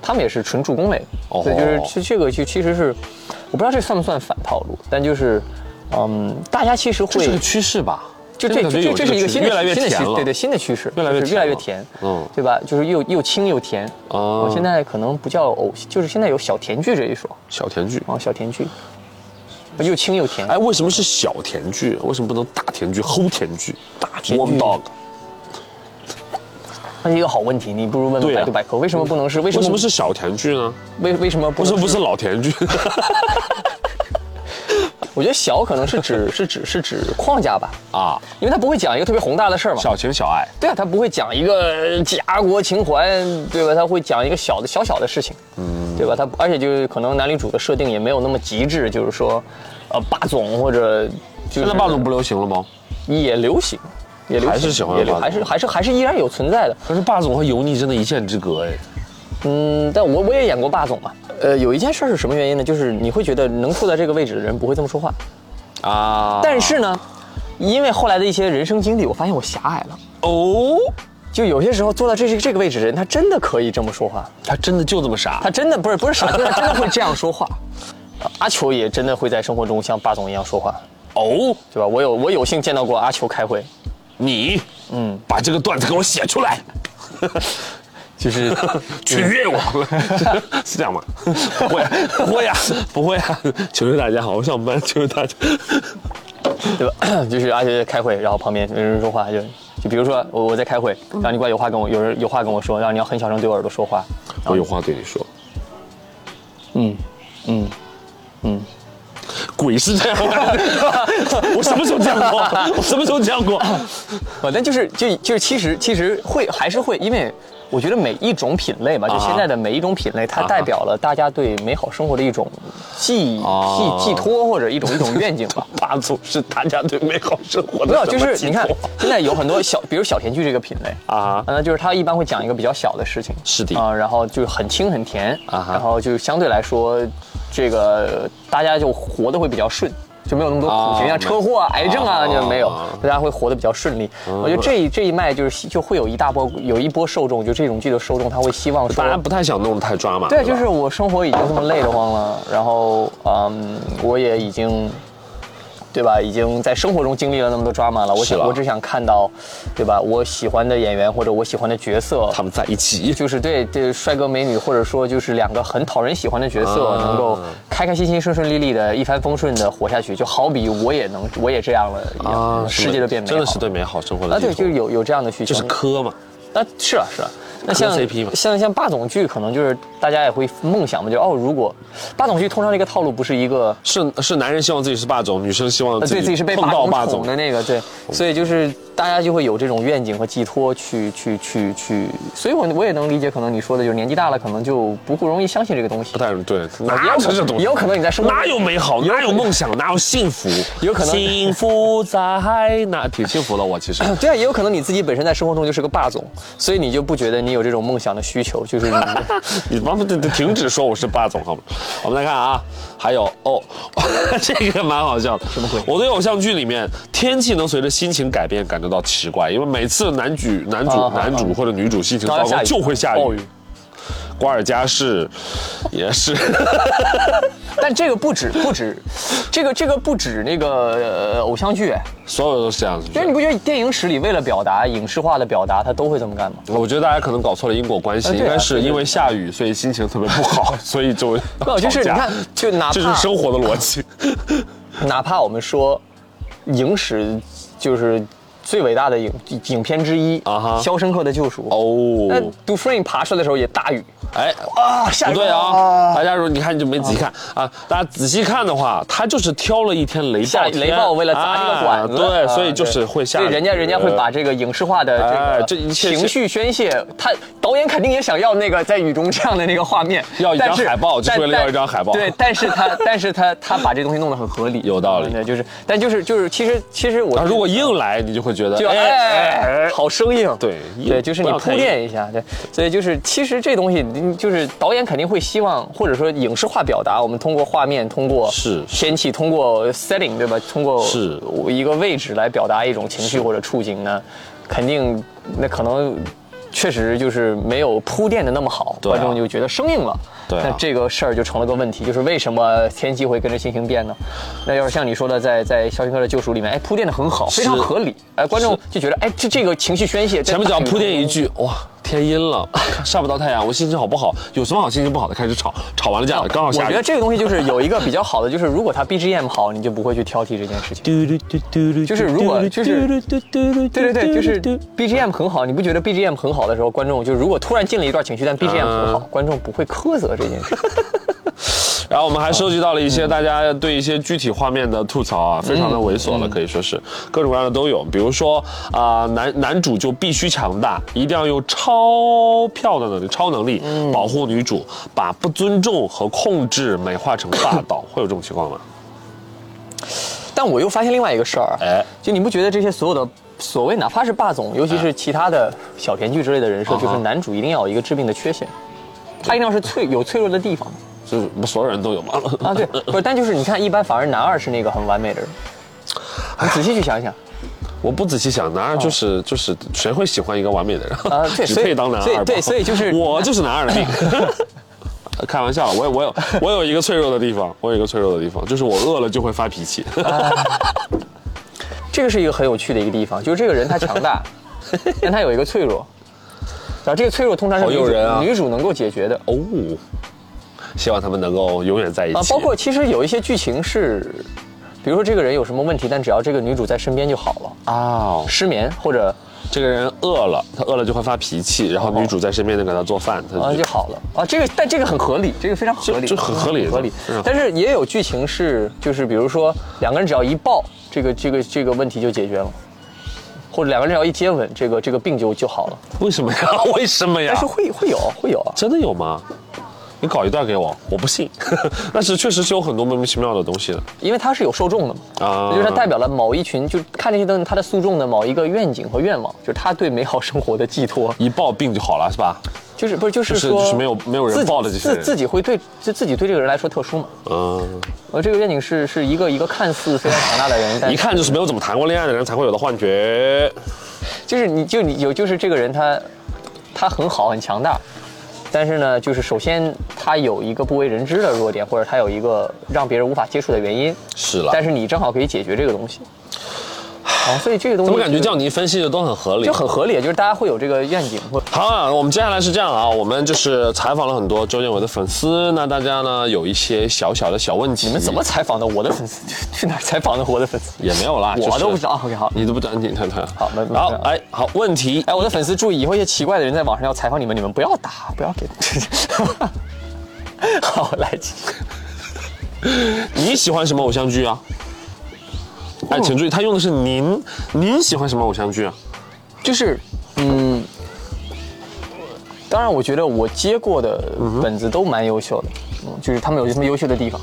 Speaker 1: 他们也是纯助攻类的，
Speaker 2: 哦
Speaker 1: 所以就是这这个就其实是我不知道这算不算反套路，但就是嗯，大家其实
Speaker 2: 这
Speaker 1: 会
Speaker 2: 是个趋势吧？
Speaker 1: 就
Speaker 2: 真的
Speaker 1: 这
Speaker 2: 感觉
Speaker 1: 这
Speaker 2: 有
Speaker 1: 这是一个
Speaker 2: 趋
Speaker 1: 新
Speaker 2: 势
Speaker 1: 的
Speaker 2: 越来越
Speaker 1: 新的
Speaker 2: 甜
Speaker 1: 趋
Speaker 2: 了，
Speaker 1: 对对新的趋势，
Speaker 2: 越来越
Speaker 1: 就是
Speaker 2: 甜
Speaker 1: 越来越
Speaker 2: 了
Speaker 1: 甜，
Speaker 2: 嗯
Speaker 1: 对吧？就是又又轻又甜。
Speaker 2: 哦
Speaker 1: 我现在可能不叫偶，就是现在有小甜剧这一说
Speaker 2: 小甜剧。
Speaker 1: 啊，小甜剧，又轻又甜。
Speaker 2: 哎，为什么是小甜剧？为什么不能大甜剧、齁甜剧、大
Speaker 1: 甜剧
Speaker 2: warm dog？
Speaker 1: 那是一个好问题，你不如问问
Speaker 2: 对啊
Speaker 1: 百度百科，为什么不能是？为什
Speaker 2: 为
Speaker 1: 么
Speaker 2: 什么是小甜剧呢？
Speaker 1: 为为什么不
Speaker 2: 为
Speaker 1: 能
Speaker 2: 什么不是老甜剧？
Speaker 1: 我觉得小可能是指是指是指框架吧，
Speaker 2: 啊，
Speaker 1: 因为他不会讲一个特别宏大的事儿嘛。
Speaker 2: 小情小爱，
Speaker 1: 对啊，他不会讲一个家国情怀，对吧？他会讲一个小的小小的事情，嗯，对吧？他而且就是可能男女主的设定也没有那么极致，就是说，呃，霸总或者就是
Speaker 2: 现在霸总不流行了吗？
Speaker 1: 也流行，也流行，
Speaker 2: 还是喜欢
Speaker 1: 也流
Speaker 2: 霸
Speaker 1: 还
Speaker 2: 总
Speaker 1: 是还是还是依然有存在的。
Speaker 2: 可是霸总和油腻真的一线之隔哎。
Speaker 1: 嗯，但我我也演过霸总嘛。呃，有一件事儿是什么原因呢？就是你会觉得能坐在这个位置的人不会这么说话，
Speaker 2: 啊，
Speaker 1: 但是呢，因为后来的一些人生经历，我发现我狭隘了。
Speaker 2: 哦，
Speaker 1: 就有些时候坐到这这这个位置的人，他真的可以这么说话。
Speaker 2: 他真的就这么傻
Speaker 1: 他？真的不是不是傻逼，他真的会这样说话。 啊阿球也真的会在生活中像霸总一样说话，
Speaker 2: 哦，
Speaker 1: 对吧？我有我有幸见到过阿球开会，
Speaker 2: 你嗯，把这个段子给我写出来，
Speaker 1: 就是
Speaker 2: 取悦我， 是这样吗？不会，不会啊， 不会啊！求求大家，好好上班，求求大家。
Speaker 1: 对吧？ 就是阿球在开会，然后旁边有人说话，就就比如说我我在开会，然后你过来有话跟我有人有话跟我说，然后你要很小声对我耳朵说话，
Speaker 2: 我有话对你说。
Speaker 1: 嗯，嗯，嗯，
Speaker 2: 鬼是这样吗？我什么时候这样过？我什么时候这样过？
Speaker 1: 啊，但就是就就是其实其实会还是会，因为我觉得每一种品类吧，就
Speaker 2: 啊哈
Speaker 1: 现在的每一种品类，它代表了大家对美好生活的一种寄
Speaker 2: 哦
Speaker 1: 寄寄托或者一种一种愿景吧。
Speaker 2: 霸总是大家对美好生活的
Speaker 1: 没有，
Speaker 2: 什
Speaker 1: 就
Speaker 2: 么
Speaker 1: 是
Speaker 2: 寄
Speaker 1: 你看
Speaker 2: 托，
Speaker 1: 现在有很多小，比如小甜剧这个品类
Speaker 2: 啊
Speaker 1: 啊，那就是它一般会讲一个比较小的事情，
Speaker 2: 是的
Speaker 1: 啊，然后就是很轻很甜
Speaker 2: 啊哈
Speaker 1: 然后就相对来说，这个大家就活得会比较顺。就没有那么多苦情，
Speaker 2: 啊
Speaker 1: 像车祸啊、癌症啊，
Speaker 2: 啊
Speaker 1: 就没有
Speaker 2: 啊，嗯
Speaker 1: 大家会活得比较顺利。我觉得这一这一脉就是就会有一大波，有一波受众，就这种剧的受众，他会希望说
Speaker 2: 大，家不太想弄得太抓马。
Speaker 1: 对，
Speaker 2: 吧
Speaker 1: 就是我生活已经这么累得慌了，然后嗯，我也已经，对吧？已经在生活中经历了那么多抓马了，我
Speaker 2: 是
Speaker 1: 想
Speaker 2: 了
Speaker 1: 我只想看到，对吧？我喜欢的演员或者我喜欢的角色，
Speaker 2: 他们在一起。
Speaker 1: 就是对对帅哥美女，或者说就是两个很讨人喜欢的角色，
Speaker 2: 啊
Speaker 1: 能够开开心心、顺顺利利的一帆风顺的活下去，就好比我也能我也这样了一啊样，世界就变美
Speaker 2: 啊
Speaker 1: 好
Speaker 2: 真
Speaker 1: 了，
Speaker 2: 的是对美好生活的
Speaker 1: 啊，对，
Speaker 2: 寄托
Speaker 1: 就是有有这样的需
Speaker 2: 就
Speaker 1: 求，
Speaker 2: 是磕嘛。
Speaker 1: 啊，是啊，是啊。那像
Speaker 2: 磕 CP 嘛
Speaker 1: 像像霸总剧，可能就是大家也会梦想嘛，就哦，如果霸总剧通常这个套路不是一个
Speaker 2: 是是男人希望自己是霸总，女生希望
Speaker 1: 呃，
Speaker 2: 自
Speaker 1: 对
Speaker 2: 己
Speaker 1: 自己是被
Speaker 2: 碰到霸
Speaker 1: 宠
Speaker 2: 总哦
Speaker 1: 的。那个，对，所以就是大家就会有这种愿景和寄托去去去去，所以我我也能理解，可能你说的就是年纪大了，可能就不不容易相信这个东西
Speaker 2: 不。太对，
Speaker 1: 也
Speaker 2: 哪
Speaker 1: 有
Speaker 2: 有这
Speaker 1: 可
Speaker 2: 种？
Speaker 1: 也有可能你在生活
Speaker 2: 哪有美好，哪有梦想，哪有幸福？
Speaker 1: 有可能
Speaker 2: 幸福在哪？挺幸福了，我其 实。
Speaker 1: 对啊，也有可能你自己本身在生活中就是个霸总，所以你就不觉得你有这种梦想的需求，就是 你
Speaker 2: 你妈妈停停止说我是霸总好吗？我们来看啊，还有哦， 这个蛮好笑的。什么
Speaker 1: 鬼
Speaker 2: 我对偶像剧里面天气能随着心情改变感觉到奇怪，因为每次男主男主、
Speaker 1: 啊啊啊
Speaker 2: 男主或者女主心情
Speaker 1: 然后
Speaker 2: 糟
Speaker 1: 要下
Speaker 2: 糕
Speaker 1: 雨
Speaker 2: 就会下雨。
Speaker 1: 暴雨
Speaker 2: 瓜尔佳是，也是
Speaker 1: 但这个不止不止，这个这个不止那个、呃、偶像剧，哎
Speaker 2: 所有都是这样子。
Speaker 1: 就是你不觉得电影史里为了表达影视化的表达，他都会这么干吗？
Speaker 2: 我觉得大家可能搞错了因果关系，
Speaker 1: 呃对啊
Speaker 2: 应该是因为下雨，所以心情特别不 好，所以就
Speaker 1: 没有，就是你
Speaker 2: 吵架
Speaker 1: 看，啊就哪怕
Speaker 2: 这是生活的逻辑。
Speaker 1: 哪怕我们说影史就是最伟大的影影片之一
Speaker 2: 啊哈
Speaker 1: 肖申克的救赎》。那
Speaker 2: 哦，
Speaker 1: 杜 f r a n 爬出来的时候也大雨
Speaker 2: 哎，
Speaker 1: 啊，下雨
Speaker 2: 不对啊，
Speaker 1: 啊
Speaker 2: 大家如果你看你就没仔细看啊，大家仔细看的话，他就是挑了一天雷暴
Speaker 1: 下
Speaker 2: 天，
Speaker 1: 雷暴为了砸这个管子，
Speaker 2: 啊对，
Speaker 1: 啊
Speaker 2: 所以就是会下雨。呃
Speaker 1: 对人家人家会把这个影视化的
Speaker 2: 哎这
Speaker 1: 这
Speaker 2: 一
Speaker 1: 个
Speaker 2: 切
Speaker 1: 情绪宣泄，他导演肯定也想要那个在雨中这样的那个画面，
Speaker 2: 要一张
Speaker 1: 但是
Speaker 2: 海报就是
Speaker 1: 但
Speaker 2: 为了要一张
Speaker 1: 但
Speaker 2: 海报
Speaker 1: 对，但是他但是他他把这东西弄得很合理，
Speaker 2: 有道理
Speaker 1: 对，就是但就是就是其实其实我
Speaker 2: 啊，如果硬来，你就会觉得
Speaker 1: 就哎，好生硬。
Speaker 2: 对
Speaker 1: 对，就是你
Speaker 2: 不要
Speaker 1: 铺
Speaker 2: 太
Speaker 1: 垫一下，对，所以就是其实这东西，你就是导演肯定会希望，或者说影视化表达，我们通过画面，通过
Speaker 2: 是是
Speaker 1: 天气，通过 setting，对吧？通过
Speaker 2: 是
Speaker 1: 一个位置来表达一种情绪或者处境呢，肯定那可能。确实就是没有铺垫的那么好，
Speaker 2: 对啊
Speaker 1: 观众就觉得生硬了。
Speaker 2: 对啊
Speaker 1: 那这个事儿就成了个问题，就是为什么天气会跟着心情变呢？那要是像你说的，在在《肖申克的救赎》里面，哎，铺垫的很好，非常
Speaker 2: 是
Speaker 1: 合理。哎，观众
Speaker 2: 是
Speaker 1: 就觉得，哎，这这个情绪宣泄，
Speaker 2: 前面只要铺垫一
Speaker 1: 句。
Speaker 2: 句，哇，天阴了， 晒不到太阳，我心情好不好？有什么好心情不好的？开始吵，吵完了架了，刚好
Speaker 1: 我
Speaker 2: 下
Speaker 1: 觉
Speaker 2: 雨
Speaker 1: 得。这个东西就是有一个比较好的，就是如果它 BGM 好，你就不会去挑剔这件 事情。就是如果就是对对对，就是 BGM 很好，你不觉得 BGM 很好的时候，观众就如果突然进了一段情绪，
Speaker 2: 嗯
Speaker 1: 但 BGM 很好，观众不会苛责这件事。
Speaker 2: 然后我们还收集到了一些大家对一些具体画面的吐槽啊，非常的猥琐了，可以说是各种各样的都有。比如说啊、男男主就必须强大，一定要用超票的能力、超能力保护女主，把不尊重和控制美化成霸道，会有这种情况吗？
Speaker 1: 但我又发现另外一个事儿，啊
Speaker 2: 哎
Speaker 1: 就你不觉得这些所有的所谓哪怕是霸总，尤其是其他的小甜剧之类的人设，
Speaker 2: 哎啊哈
Speaker 1: 就是男主一定要有一个致命的缺陷，他一定要是脆有脆弱的地方
Speaker 2: 就是不所有人都有吗？
Speaker 1: 啊。对，不是，但就是你看，一般反而男二是那个很完美的人，你仔细去想一想
Speaker 2: 我不仔细想，男二就是、就是谁会喜欢一个完美的人
Speaker 1: 哦啊 对
Speaker 2: 只
Speaker 1: 所以
Speaker 2: 配当男二吧
Speaker 1: 对对所以就是
Speaker 2: 我就是男二的命。 开玩笑，我有我有我有一个脆弱的地方，我有一个脆弱的地方，就是我饿了就会发脾气。
Speaker 1: 这个是一个很有趣的一个地方，就是这个人他强大，但他有一个脆弱，然后这个脆弱通常是
Speaker 2: 好
Speaker 1: 女
Speaker 2: 诱
Speaker 1: 主、
Speaker 2: 人啊
Speaker 1: 女主能够解决的。
Speaker 2: 哦，希望他们能够永远在一起。
Speaker 1: 啊，包括其实有一些剧情是，比如说这个人有什么问题，但只要这个女主在身边就好了。
Speaker 2: 啊、
Speaker 1: 失眠或者
Speaker 2: 这个人饿了，他饿了就会发脾气，然后女主在身边就给他做饭，他
Speaker 1: 啊
Speaker 2: 就
Speaker 1: 就好了啊，这个但这个很合理，这个非常合理，
Speaker 2: 就就很合理
Speaker 1: 很合理
Speaker 2: 嗯。
Speaker 1: 但是也有剧情是，就是比如说两个人只要一抱，这个这个这个问题就解决了，或者两个人只要一接吻，这个这个病就就好了。
Speaker 2: 为什么呀？为什么呀
Speaker 1: 但？是会会有会有啊，
Speaker 2: 真的有吗？你搞一段给我，我不信。 但是确实是有很多莫名其妙的东西的。
Speaker 1: 因为它是有受众的嘛，
Speaker 2: 啊
Speaker 1: 就是它代表了某一群，就看这些东西，它的诉众的某一个愿景和愿望，就是他对美好生活的寄托。
Speaker 2: 一抱病就好了，是吧？
Speaker 1: 就是不是就是
Speaker 2: 就是
Speaker 1: 说
Speaker 2: 就是没有没有人
Speaker 1: 自己
Speaker 2: 抱的这些
Speaker 1: 自
Speaker 2: 人
Speaker 1: 自己会对就自己对这个人来说特殊嘛？
Speaker 2: 嗯，
Speaker 1: 呃，这个愿景是是一个一个看似非常强大的人，但
Speaker 2: 一看就是没有怎么谈过恋爱的人才会有的幻觉。
Speaker 1: 就是你就你有就是这个人他他很好很强大，但是呢，就是首先他有一个不为人知的弱点，或者他有一个让别人无法接触的原因，
Speaker 2: 是了
Speaker 1: 但是你正好可以解决这个东西。哦，所以这个东西
Speaker 2: 怎么感觉
Speaker 1: 就
Speaker 2: 叫你分析的都很合理？
Speaker 1: 就很合理，就是大家会有这个愿景，会
Speaker 2: 好啊，我们接下来是这样啊，我们就是采访了很多周建伟的粉丝，那大家呢有一些小小的小问题，
Speaker 1: 你们怎么采访的我的粉丝？ 去哪儿采访的我的粉丝？
Speaker 2: 也嗯没有啦，
Speaker 1: 我
Speaker 2: 就是
Speaker 1: 都不知道。OK，好。
Speaker 2: 你都不知道，你看看，
Speaker 1: 好没没
Speaker 2: 好
Speaker 1: 没有，
Speaker 2: 哎，好，问题，
Speaker 1: 哎，我的粉丝注意，以后一些奇怪的人在网上要采访你们，你们不要打，不要给。 好，来，
Speaker 2: 你喜欢什么偶像剧啊？哎，请注意，他用的是您，您喜欢什么偶像剧啊？
Speaker 1: 就是，嗯，当然，我觉得我接过的
Speaker 2: 嗯
Speaker 1: 本子都蛮优秀的，嗯就是他们有他们优秀的地方。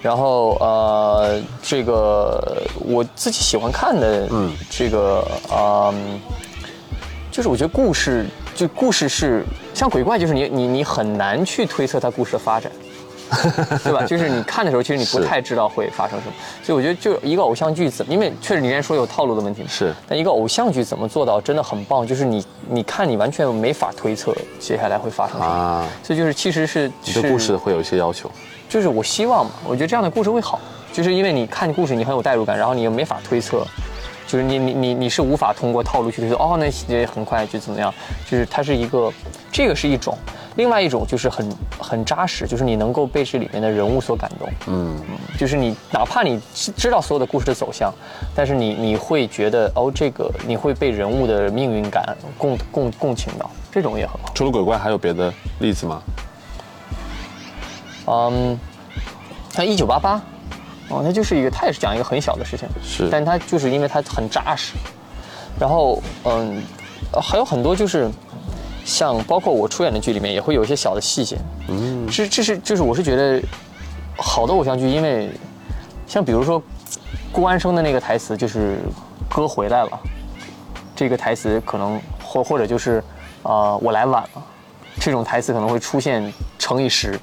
Speaker 1: 然后呃，这个我自己喜欢看的，嗯，这个啊、嗯就是我觉得故事，就故事是像鬼怪，就是你你你很难去推测它故事的发展。对吧？就是你看的时候，其实你不
Speaker 2: 是
Speaker 1: 太知道会发生什么，所以我觉得就一个偶像剧怎么，因为确实你之前说有套路的问题嘛，
Speaker 2: 是
Speaker 1: 但一个偶像剧怎么做到真的很棒，就是你你看你完全没法推测接下来会发生什么，
Speaker 2: 啊，
Speaker 1: 这就是其实是
Speaker 2: 你
Speaker 1: 是
Speaker 2: 对故事会有一些要求。
Speaker 1: 就是我希望嘛，我觉得这样的故事会好，就是因为你看故事你很有代入感，然后你又没法推测，就是你你你你是无法通过套路去推测，哦，那也很快就怎么样，就是它是一个，这个是一种，另外一种就是很很扎实，就是你能够被这里面的人物所感动，嗯，就是你哪怕你知道所有的故事的走向，但是你你会觉得哦，这个你会被人物的命运感共共共情到，这种也很好。
Speaker 2: 除了鬼怪，还有别的例子吗？
Speaker 1: 嗯，像一九八八，哦，它就是一个，它也是讲一个很小的事情，
Speaker 2: 是
Speaker 1: 但它就是因为它很扎实，然后嗯，呃还有很多就是。像包括我出演的剧里面也会有一些小的细节，嗯，这这是就是我是觉得好的偶像剧，因为像比如说顾安生的那个台词就是“哥回来了”，这个台词可能或或者就是啊、呃我来晚了，这种台词可能会出现乘以十，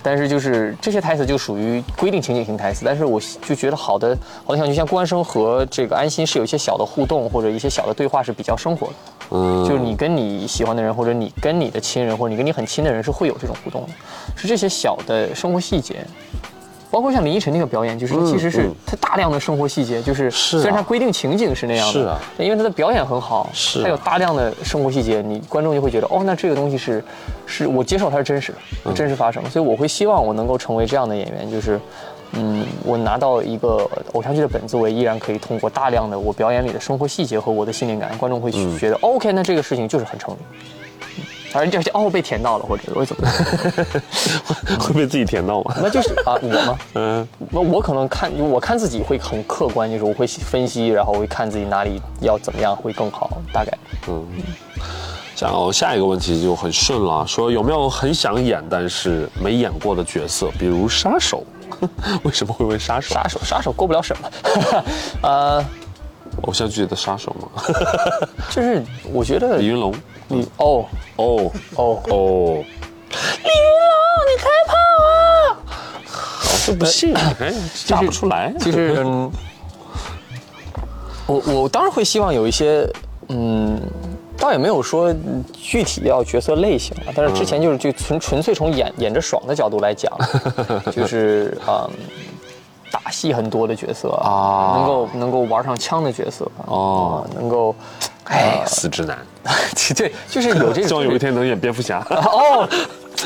Speaker 1: 但是就是这些台词就属于规定情景型台词，但是我就觉得好的好的像就像关生和这个安心是有一些小的互动或者一些小的对话是比较生活的，
Speaker 2: 嗯，
Speaker 1: 就是你跟你喜欢的人或者你跟你的亲人或者你跟你很亲的人是会有这种互动的，是这些小的生活细节。包括像林依晨那个表演，就是它其实是
Speaker 2: 嗯
Speaker 1: 他大量的生活细节，就是
Speaker 2: 是啊
Speaker 1: 虽然他规定情景是那样的，
Speaker 2: 是啊
Speaker 1: 但因为他的表演很好，
Speaker 2: 是啊
Speaker 1: 他有大量的生活细节，你观众就会觉得哦，那这个东西是，是我接受它是真实
Speaker 2: 嗯
Speaker 1: 的，真实发生的，所以我会希望我能够成为这样的演员，就是，嗯，我拿到一个偶像剧的本子，我也依然可以通过大量的我表演里的生活细节和我的信念感，观众会
Speaker 2: 嗯
Speaker 1: 觉得、哦 OK，那这个事情就是很成立。而且哦，被甜到了，或者我怎么，
Speaker 2: 会被自己甜到吗？
Speaker 1: 那就是啊，我吗？
Speaker 2: 嗯，
Speaker 1: 我我可能看我看自己会很客观，就是我会分析，然后我会看自己哪里要怎么样会更好，大概。
Speaker 2: 然后下一个问题就很顺了，说有没有很想演但是没演过的角色，比如杀手？ 为什么会问杀手？
Speaker 1: 杀手，杀手 过不了审嘛。呃，
Speaker 2: 偶像剧的杀手吗？
Speaker 1: 就是我觉 得
Speaker 2: 李云龙？
Speaker 1: 你哦
Speaker 2: 哦
Speaker 1: 哦，
Speaker 2: 哦，李云龙，你开炮啊！我不信，哎，打不出来。
Speaker 1: 就是 嗯，我我当然会希望有一些嗯，倒也没有说嗯具体要角色类型啊，但是之前就是就纯纯粹从演演着爽的角度来 讲，就是嗯。打戏很多的角色
Speaker 2: 啊
Speaker 1: 能够能够玩上枪的角色
Speaker 2: 哦
Speaker 1: 啊能够，呃哎
Speaker 2: 哎，，死直男，
Speaker 1: 对，就是有这种，
Speaker 2: 希 望有一天能演蝙蝠侠。
Speaker 1: 哦，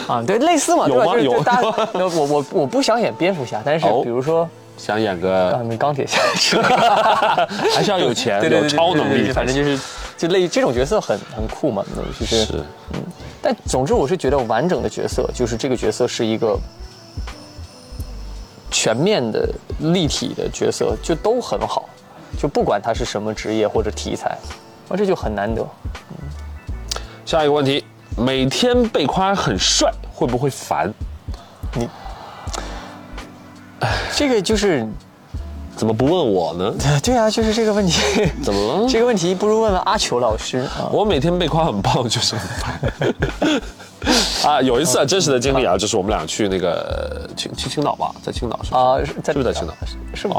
Speaker 1: 啊，对，类似嘛，
Speaker 2: 有
Speaker 1: 对吧？
Speaker 2: 吗
Speaker 1: 就是
Speaker 2: 有
Speaker 1: 就大家，那我我我不想演蝙蝠侠，但是
Speaker 2: 哦
Speaker 1: 比如说，
Speaker 2: 想演
Speaker 1: 啊，
Speaker 2: 个，
Speaker 1: 你钢铁侠，
Speaker 2: 还是要 有钱，
Speaker 1: 对对
Speaker 2: 有
Speaker 1: 对，
Speaker 2: 超能
Speaker 1: 对对
Speaker 2: 力
Speaker 1: 对
Speaker 2: 才
Speaker 1: 反正
Speaker 2: 行，
Speaker 1: 就是 就类这种角色很很酷嘛，那就是。
Speaker 2: 是
Speaker 1: 但总之，我是觉得完整的角色就是这个角色是一个全面的、立体的角色，就都很好，就不管他是什么职业或者题材，啊，这就很难得。
Speaker 2: 下一个问题，每天被夸很帅会不会烦？
Speaker 1: 这个就是，
Speaker 2: 怎么不问我呢？
Speaker 1: 对啊，就是这个问题。
Speaker 2: 怎么了？
Speaker 1: 这个问题不如问问阿球老师啊。
Speaker 2: 我每天被夸很棒，就是很烦。 啊，有一次啊，真实的经历啊，就是我们俩去那个呃青去青岛吧，在青岛是吧？
Speaker 1: 啊，在
Speaker 2: 是不是在青岛？哦
Speaker 1: 是吗？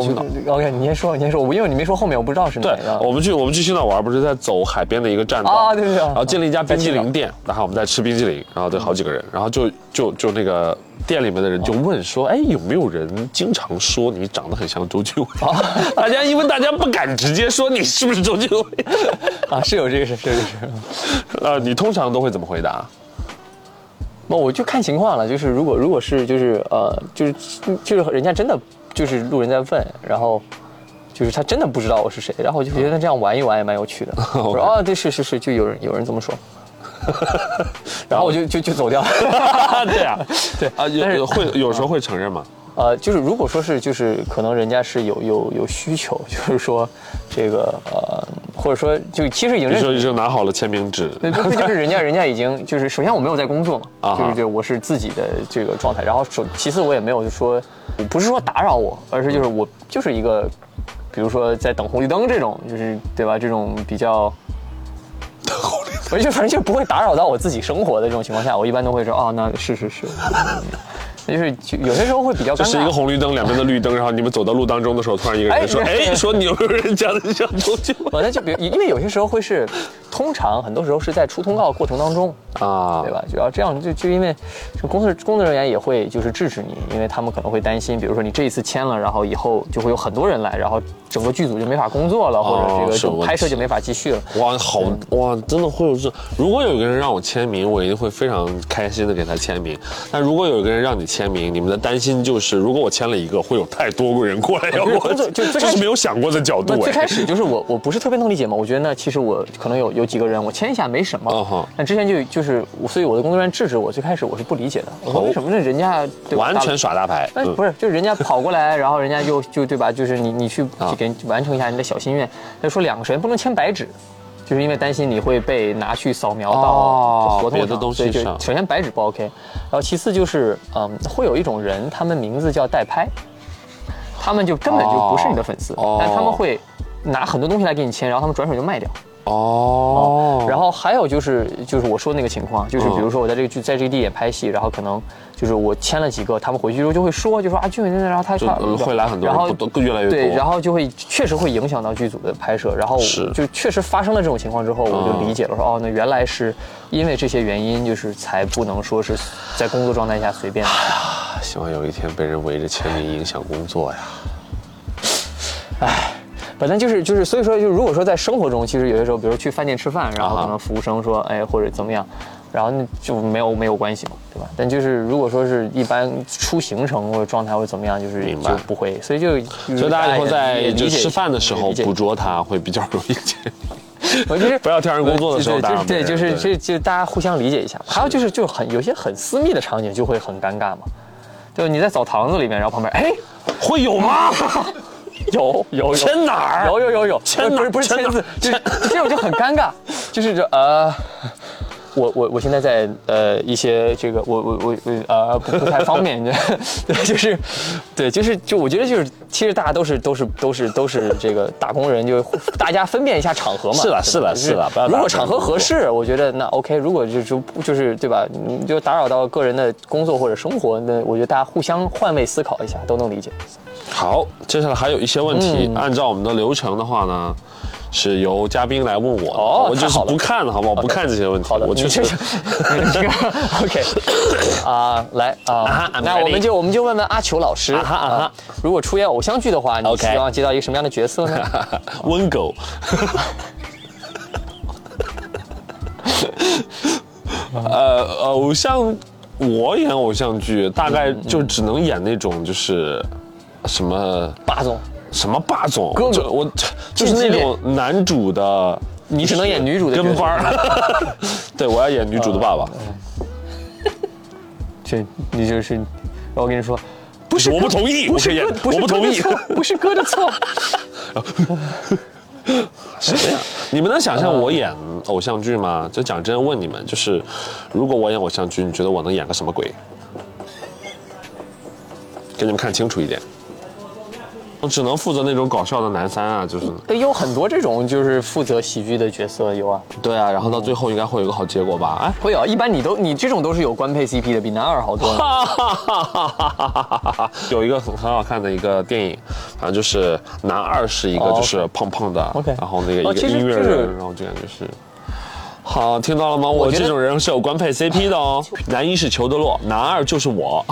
Speaker 2: 在青岛。哦
Speaker 1: OK，你先说，你先说，我因为你没说后面，我不知道是哪
Speaker 2: 对，
Speaker 1: 个。
Speaker 2: 我们去我们去青岛玩，不是在走海边的一个栈道
Speaker 1: 啊对对对
Speaker 2: 然后建立一家冰激
Speaker 1: 在青
Speaker 2: 凌店，然后我们在吃冰激凌，然后就好几个人，然后就就就那个店里面的人就问说，哎，有没有人经常说你长得很像周俊伟？
Speaker 1: 啊
Speaker 2: 大家因为大家不敢直接说你是不是周俊伟，
Speaker 1: 啊，是有这个事，是有这个事。
Speaker 2: 呃，你通常都会怎么回 答？
Speaker 1: 那我就看情况了，就是如果如果是就是呃就是就是人家真的就是路人在问，然后就是他真的不知道我是谁，然后我就觉得这样玩一玩也蛮 有趣的。我说哦，对，是是是，就有人有人这么说，然后我就就就走掉了。
Speaker 2: 对啊，对啊，有
Speaker 1: 但是
Speaker 2: 有会有时候会承认 吗？
Speaker 1: 呃，就是如果说是就是可能人家是有有有需求， 就是说这个呃，或者说就其实已经
Speaker 2: 比如
Speaker 1: 认
Speaker 2: 说你就拿好了签名纸，
Speaker 1: 对，这就是人家，人家已经就是，首先我没有在工作嘛，
Speaker 2: 啊哈
Speaker 1: 就是对我是自己的这个状态，然后首其次我也没有就说，不是说打扰我，而是就是
Speaker 2: 嗯
Speaker 1: 我就是一个，比如说在等红绿灯这种，就是对吧？这种 比较，我就反正就不会打扰到我自己生活的这种情况下，我一般都会说哦，那是是 是，嗯就是就有些时候会比较尴
Speaker 2: 这
Speaker 1: 尬。
Speaker 2: 是一个红绿灯，两边的绿灯，然后你们走到路当中的时候，突然一个人说：“
Speaker 1: 哎
Speaker 2: 哎，说你有没有人长得像周俊伟
Speaker 1: 哦，那就比如因为有些时候会是，通常很多时候是在出通告过程当中，？”
Speaker 2: 啊
Speaker 1: 对吧？主要这样就就因为就工作工作人员也会就是制止你，因为他们可能会担心，比如说你这一次签了，然后以后就会有很多人来，然后整个剧组就没法工作了，或者这
Speaker 2: 哦
Speaker 1: 个
Speaker 2: 是
Speaker 1: 就
Speaker 2: 问题
Speaker 1: 拍摄就没法继续了。
Speaker 2: 哇，好哇，真的会有这。如果有一个人让我签名，我一定会非常开心的给他签名。但如果有一个人让你签名，你们的担心就是，如果我签了一个，会有太多个人过来要我，
Speaker 1: 就就
Speaker 2: 这
Speaker 1: 最开
Speaker 2: 是
Speaker 1: 始
Speaker 2: 没有想过的角
Speaker 1: 不，
Speaker 2: 度。
Speaker 1: 呃最
Speaker 2: 哎
Speaker 1: 开始就是我，我不是特别能理解嘛。我觉得呢，其实我可能有有几个人，我签一下没什
Speaker 2: 嗯
Speaker 1: 么
Speaker 2: 哼。
Speaker 1: 但之前就就是我，所以我的工作人员制止我，最开始我是不理解的。我说为什么呢？人家对吧
Speaker 2: 哦完
Speaker 1: 大
Speaker 2: 全耍大牌，嗯
Speaker 1: 哎，不是，就是人家跑过来，然后人家 就就对吧？就是你你去
Speaker 2: 啊
Speaker 1: 去给完成一下你的小心愿。他说两个人不能签白纸，就是因为担心你会被拿去扫描
Speaker 2: 哦
Speaker 1: 到合同
Speaker 2: 别的
Speaker 1: 上
Speaker 2: 东西
Speaker 1: 所以就
Speaker 2: 上
Speaker 1: 首先白纸不 OK，然后其次就是嗯，会有一种人，他们名字叫代拍，他们就根本就不是你的粉丝，
Speaker 2: 哦
Speaker 1: 但他们会拿很多东西来给你签，然后他们转手就卖掉。
Speaker 2: 哦
Speaker 1: 然后还有就是就是我说的那个情况，就是
Speaker 2: 嗯
Speaker 1: 比如说我在这个剧在这个地点拍戏，然后可能就是我签了几个，他们回去之后就会说，就说啊俊伟那那，然后他
Speaker 2: 就
Speaker 1: 他
Speaker 2: 呃会来很多人
Speaker 1: 然后
Speaker 2: 不多越来越多
Speaker 1: 对，然后就会确实会影响到剧组的拍摄，然后
Speaker 2: 是嗯
Speaker 1: 就确实发生了这种情况之后，我就理解了说哦，那原来是因为这些原因，就是才不能说是在工作状态下随便。
Speaker 2: 啊希望有一天被人围着签名影响工作呀。
Speaker 1: 反正就是就是，所以说就如果说在生活中，其实有些时候，比如去饭店吃饭，然
Speaker 2: 啊
Speaker 1: 后
Speaker 2: 哈
Speaker 1: 可能服务生说，哎，或者怎么样，然后那就没有没有关系嘛，对吧？但就是如果说是一般出行程或者状态或者怎么样，就是
Speaker 2: 明白
Speaker 1: 就不会，所以就
Speaker 2: 所以大家以后在
Speaker 1: 也嗯理
Speaker 2: 就
Speaker 1: 解
Speaker 2: 吃饭的时候
Speaker 1: 理解
Speaker 2: 捕捉他，会比较容易签名。
Speaker 1: 我就是
Speaker 2: 不要挑人工作的时候
Speaker 1: 对
Speaker 2: 打扰别
Speaker 1: 对，
Speaker 2: 人
Speaker 1: 就是
Speaker 2: 对
Speaker 1: 就就大家互相理解一下。还有就是就很有些很私密的场景就会很尴尬嘛，就是你在澡堂子里面，然后旁边哎
Speaker 2: 会有吗？
Speaker 1: 有有有
Speaker 2: 签哪儿？
Speaker 1: 有有有有，
Speaker 2: 签哪
Speaker 1: 不
Speaker 2: 儿
Speaker 1: 是不是
Speaker 2: 签哪
Speaker 1: 签
Speaker 2: 儿
Speaker 1: 字，就是这种就很尴尬，就是这呃，我我我现在在呃一些这个我我我我呃不不太方便， 对，就是对，就是就我觉得就是其实大家都是都是都是都是这个打工人，就大家分辨一下场合嘛。
Speaker 2: 是啦
Speaker 1: 对吧
Speaker 2: 是啦
Speaker 1: 就是
Speaker 2: 啦不要打扰
Speaker 1: 如果场合合适，我觉得那 OK。如果就就就是对吧，你就打扰到个人的工作或者生活，那我觉得大家互相换位思考一下，都能理解。
Speaker 2: 好，接下来还有一些问
Speaker 1: 嗯
Speaker 2: 题，按照我们的流程的话呢，是由嘉宾来问我的。
Speaker 1: 哦
Speaker 2: 我就是
Speaker 1: 太好了
Speaker 2: 不看了，好不好？不看这些问题。
Speaker 1: 好的，
Speaker 2: 我
Speaker 1: 你
Speaker 2: 确实
Speaker 1: 这是你这 个 OK 啊，来
Speaker 2: 啊
Speaker 1: 啊
Speaker 2: 哈，I'm
Speaker 1: 那我
Speaker 2: ready
Speaker 1: 们就我们就问问阿球老师
Speaker 2: 啊哈啊哈
Speaker 1: 啊，如果出演偶像剧的话，你
Speaker 2: OK
Speaker 1: 希望接到一个什么样的角色 呢？
Speaker 2: 温狗。 呃，偶像，我演偶像剧大概
Speaker 1: 嗯
Speaker 2: 就只能演那种就是什么
Speaker 1: 霸总，
Speaker 2: 什么霸总，
Speaker 1: 哥哥
Speaker 2: 就我就是那种男主的，
Speaker 1: 你只能演女主的
Speaker 2: 跟
Speaker 1: 角色嗯
Speaker 2: 班儿。 对，我要演女主的爸爸。
Speaker 1: 这你就是，我跟你说，不是
Speaker 2: 我
Speaker 1: 哥
Speaker 2: 不同意
Speaker 1: 不
Speaker 2: 我可以
Speaker 1: 是
Speaker 2: 演
Speaker 1: 哥，不
Speaker 2: 我
Speaker 1: 是
Speaker 2: 不
Speaker 1: 哥
Speaker 2: 同
Speaker 1: 的
Speaker 2: 意
Speaker 1: 错，不是哥的错，
Speaker 2: 什么呀？ 你们能想
Speaker 1: 嗯
Speaker 2: 象我演偶像剧吗？就讲真，问你们，就是如果我演偶像剧，你觉得我能演个什么鬼？给你们看清楚一点。我只能负责那种搞笑的男三啊，就是
Speaker 1: 对，有很多这种就是负责喜剧的角色有啊，
Speaker 2: 对啊，然后到最后应该会有一个好结果吧？哎，
Speaker 1: 会有啊。一般你都你这种都是有官配 CP 的，比男二 好多了。
Speaker 2: 哈哈哈哈哈哈！ 有一个很很好看的一个电影，反正就是男二是一个
Speaker 1: 哦
Speaker 2: 就是胖胖的
Speaker 1: OK
Speaker 2: 然后那个
Speaker 1: 哦
Speaker 2: 一
Speaker 1: 其
Speaker 2: 个
Speaker 1: 实
Speaker 2: 音乐
Speaker 1: 就是
Speaker 2: 人，然后就感觉是。好，听到了吗？我
Speaker 1: 觉得
Speaker 2: 这种人是有官配 CP 的哦。男一是裘德洛，男二就是我。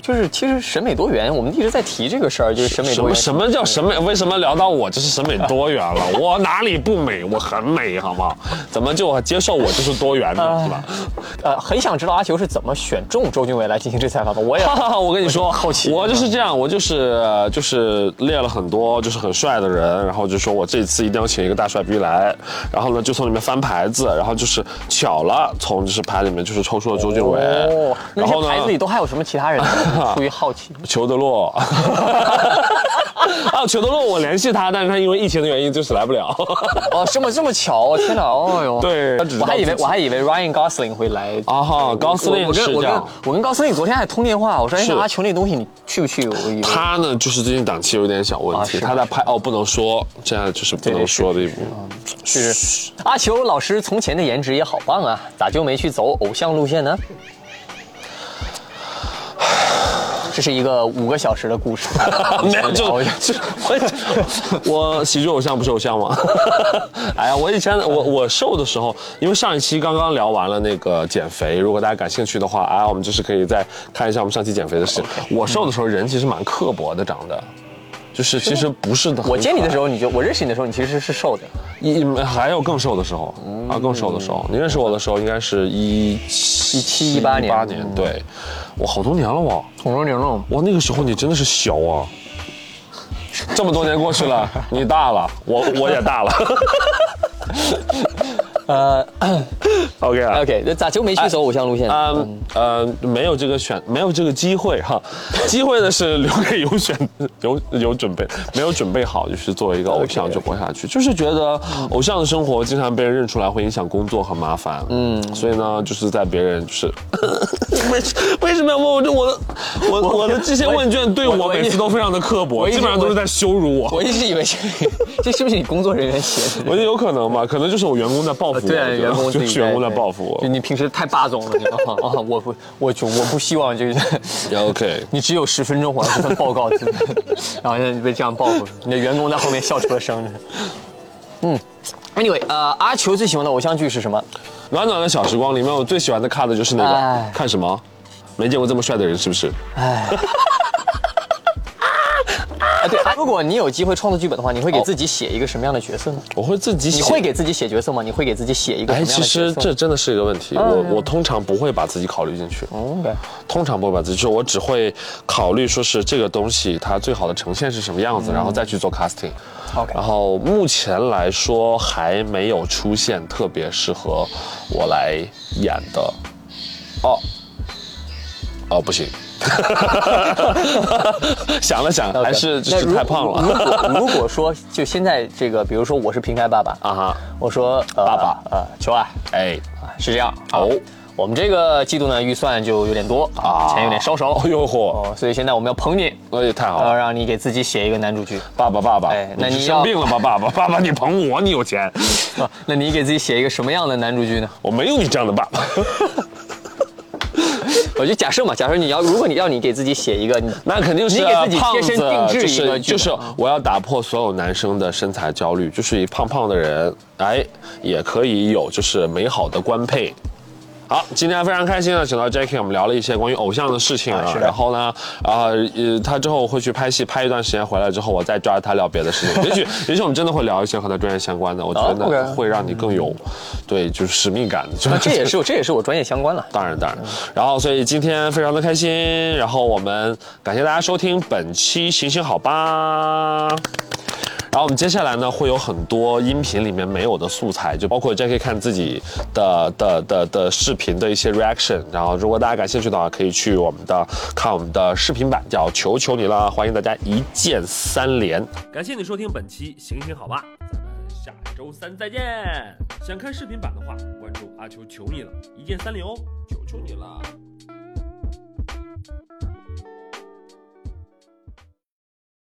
Speaker 1: 就是其实审美多元，我们一直在提这个事儿，就是审美
Speaker 2: 什
Speaker 1: 多
Speaker 2: 么
Speaker 1: 元。
Speaker 2: 什么叫审美？为什么聊到我就是审美多元了？我哪里不美？我很美，好不好？怎么就接受我就是多元呢？是吧？
Speaker 1: 呃，很想知道阿球是怎么选中周俊伟来进行这采访的。我也
Speaker 2: 哈哈哈！ 我跟你说，
Speaker 1: 我 好奇啊
Speaker 2: 我就是这样，我就是就是列了很多就是很帅的人，然后就说我这次一定要请一个大帅逼来，然后呢就从里面翻牌子，然后就是巧了，从就是牌里面就是抽出了周俊伟，
Speaker 1: 哦，那
Speaker 2: 然
Speaker 1: 些
Speaker 2: 后
Speaker 1: 牌子里
Speaker 2: 呢
Speaker 1: 都还有什么其他人？ 出于好奇，
Speaker 2: 裘德 洛， 啊裘德洛我联系他，但是他因为疫情的原因就是来不了，
Speaker 1: 哦，这么这么巧，我天哪，哦哟，
Speaker 2: 对他只知
Speaker 1: 我
Speaker 2: 道
Speaker 1: 还以
Speaker 2: 自
Speaker 1: 为
Speaker 2: 己
Speaker 1: 我还以为 Ryan Gosling 会来
Speaker 2: 啊 哈，高司
Speaker 1: 我
Speaker 2: 令
Speaker 1: 我
Speaker 2: 是
Speaker 1: 跟
Speaker 2: 这
Speaker 1: 我跟
Speaker 2: 样。
Speaker 1: 我跟高司令昨天还通电话，我说哎，
Speaker 2: 是
Speaker 1: 那阿球那东西你去不去？我以为
Speaker 2: 他呢，就是最近档期有点小问
Speaker 1: 啊
Speaker 2: 题，
Speaker 1: 是
Speaker 2: 他在拍哦，不能说，这样就是不
Speaker 1: 对
Speaker 2: 能
Speaker 1: 对是
Speaker 2: 说的一部，
Speaker 1: 就是阿球老师从前的颜值也好棒啊，咋就没去走偶像路线呢？这是一个五个小时 的故事，
Speaker 2: 没有，就
Speaker 1: 聊一下
Speaker 2: 就我 我喜剧偶像不是偶像吗？ 哎呀，我以前我我瘦的时候，因为上一期刚刚聊完了那个减肥，如果大家感兴趣的话啊，我们就是可以再看一下我们上期减肥的事情。我瘦的时候人其实蛮刻薄的，长得。就是其实不是的，
Speaker 1: 我见你的时
Speaker 2: 候
Speaker 1: 候，你就我认识你的时候，你其实是瘦的。
Speaker 2: 一还有更瘦的时候啊，更瘦的时候。你认识我的时候应该是一七
Speaker 1: 17 18年
Speaker 2: 八年，对，我好多年了我。
Speaker 1: 孔融牛肉，
Speaker 2: 哇，那个时候你真的是小啊！这么多年过去了，你大了，我我也大了。 呃，OK 啊。
Speaker 1: OK，那咋就没去走偶像路线呢？
Speaker 2: 嗯呃，没有这个选，没有这个机会哈， 机会呢是留给有选 有有准备，没有准备好就是作为一个偶像
Speaker 1: OK，OK
Speaker 2: 就活下去，就是觉得偶像的生活经常被人认出来会影响工作很麻烦，嗯，所以呢就是在别人就是 为为什么要问我这我的我我的这些问卷对
Speaker 1: 我
Speaker 2: 我
Speaker 1: 我
Speaker 2: 每次都非常的刻薄，
Speaker 1: 我
Speaker 2: 基本上都是在羞辱我。
Speaker 1: 我一直以为是这是不是你工作人员写的？
Speaker 2: 我觉得有可能吧，可能就是我员工在报复我，
Speaker 1: 对
Speaker 2: 我
Speaker 1: 啊，
Speaker 2: 觉得
Speaker 1: 员工自
Speaker 2: 就
Speaker 1: 己
Speaker 2: 是员工在
Speaker 1: 对
Speaker 2: 报复我
Speaker 1: 就。你平时太霸总了，你知道吗？啊，我不，我就我不希望就是
Speaker 2: OK，
Speaker 1: 你只有十分钟，我要给他报告，然后现在你被这样报复，你的员工在后面笑出了声。嗯，Anyway，呃，阿球最喜欢的偶像剧是什么？
Speaker 2: 暖暖的小时光里面，我最喜欢的看的就是那
Speaker 1: 哎
Speaker 2: 个看什么？没见过这么帅的人，是不是？
Speaker 1: 啊，对，啊如果你有机会创作剧本的话，你会给自己写一个什么样的角色呢？
Speaker 2: 我会自己写。
Speaker 1: 你会？给自己写角色吗？你会给自己写一个什
Speaker 2: 哎，
Speaker 1: 么样
Speaker 2: 其
Speaker 1: 的角色？
Speaker 2: 实这真的是一个问题。我我通常不会把自己考虑进去，
Speaker 1: 嗯对
Speaker 2: 通常不会把自己，就是我只会考虑说是这个东西它最好的呈现是什么
Speaker 1: 嗯
Speaker 2: 样子，然后再去做 casting。
Speaker 1: OK
Speaker 2: 然后目前来说还没有出现特别适合我来演的。哦，哦，不行。 想了想，
Speaker 1: OK
Speaker 2: 还是就
Speaker 1: 那
Speaker 2: 是
Speaker 1: 如
Speaker 2: 太胖了。
Speaker 1: 如果如果说就现在这个，比如说我是平台爸爸
Speaker 2: 啊哈，
Speaker 1: 我说、呃
Speaker 2: 爸爸
Speaker 1: 呃，球啊，
Speaker 2: 哎，
Speaker 1: 啊是这样
Speaker 2: 哦
Speaker 1: 啊我们这个季度呢预算就有点多啊，钱有点烧少
Speaker 2: 哦呦嚯，
Speaker 1: 哦，所以现在我们要捧你，
Speaker 2: 那也太好
Speaker 1: 要
Speaker 2: 了，
Speaker 1: 让你给自己写一个男主剧
Speaker 2: 爸爸爸爸，
Speaker 1: 哎那
Speaker 2: 你是
Speaker 1: 你
Speaker 2: 生
Speaker 1: 要
Speaker 2: 病了吧，爸爸爸爸，你捧我，你有钱，
Speaker 1: 啊，那你给自己写一个什么样的男主剧呢？
Speaker 2: 我没有你这样的爸爸。
Speaker 1: 我就假设嘛，假设你要，如果你要你给自己写一个，你
Speaker 2: 那肯定是啊
Speaker 1: 你给自己
Speaker 2: 胖
Speaker 1: 贴
Speaker 2: 子
Speaker 1: 身定制一个
Speaker 2: 就是，就
Speaker 1: 剧
Speaker 2: 是
Speaker 1: 本啊
Speaker 2: 我要打破所有男生的身材焦虑，就是一胖胖的人，哎，也可以有就是美好的官配。好，今天非常开心呢，啊请到 Jackie，我们聊了一些关于偶像的事情啊。
Speaker 1: 是的
Speaker 2: 然后呢，啊、呃，他之后会去拍戏，拍一段时间回来之后，我再抓着他聊别的事 情。也许，也许我们真的会聊一些和他专业相关的，我觉
Speaker 1: 哦，OK
Speaker 2: 得会让你更有，对，就是使命感。就
Speaker 1: 那这也是我这也是我专业相关了。
Speaker 2: 当然，当然。然后，所以今天非常的开心，然后我们感谢大家收听本期《行行好吧》。然后我们接下来呢，会有很多音频里面没有的素材，就包括 Jackie 看自己的的的的视频的一些 reaction。然后，如果大家感兴趣的话，可以去我们的看我们的视频版，叫“求求你了”，欢迎大家一键三连。感谢你收听本期《行行好吧》，咱们下周三再见。想看视频版的话，关注阿球求你了，一键三连哦，求求你了。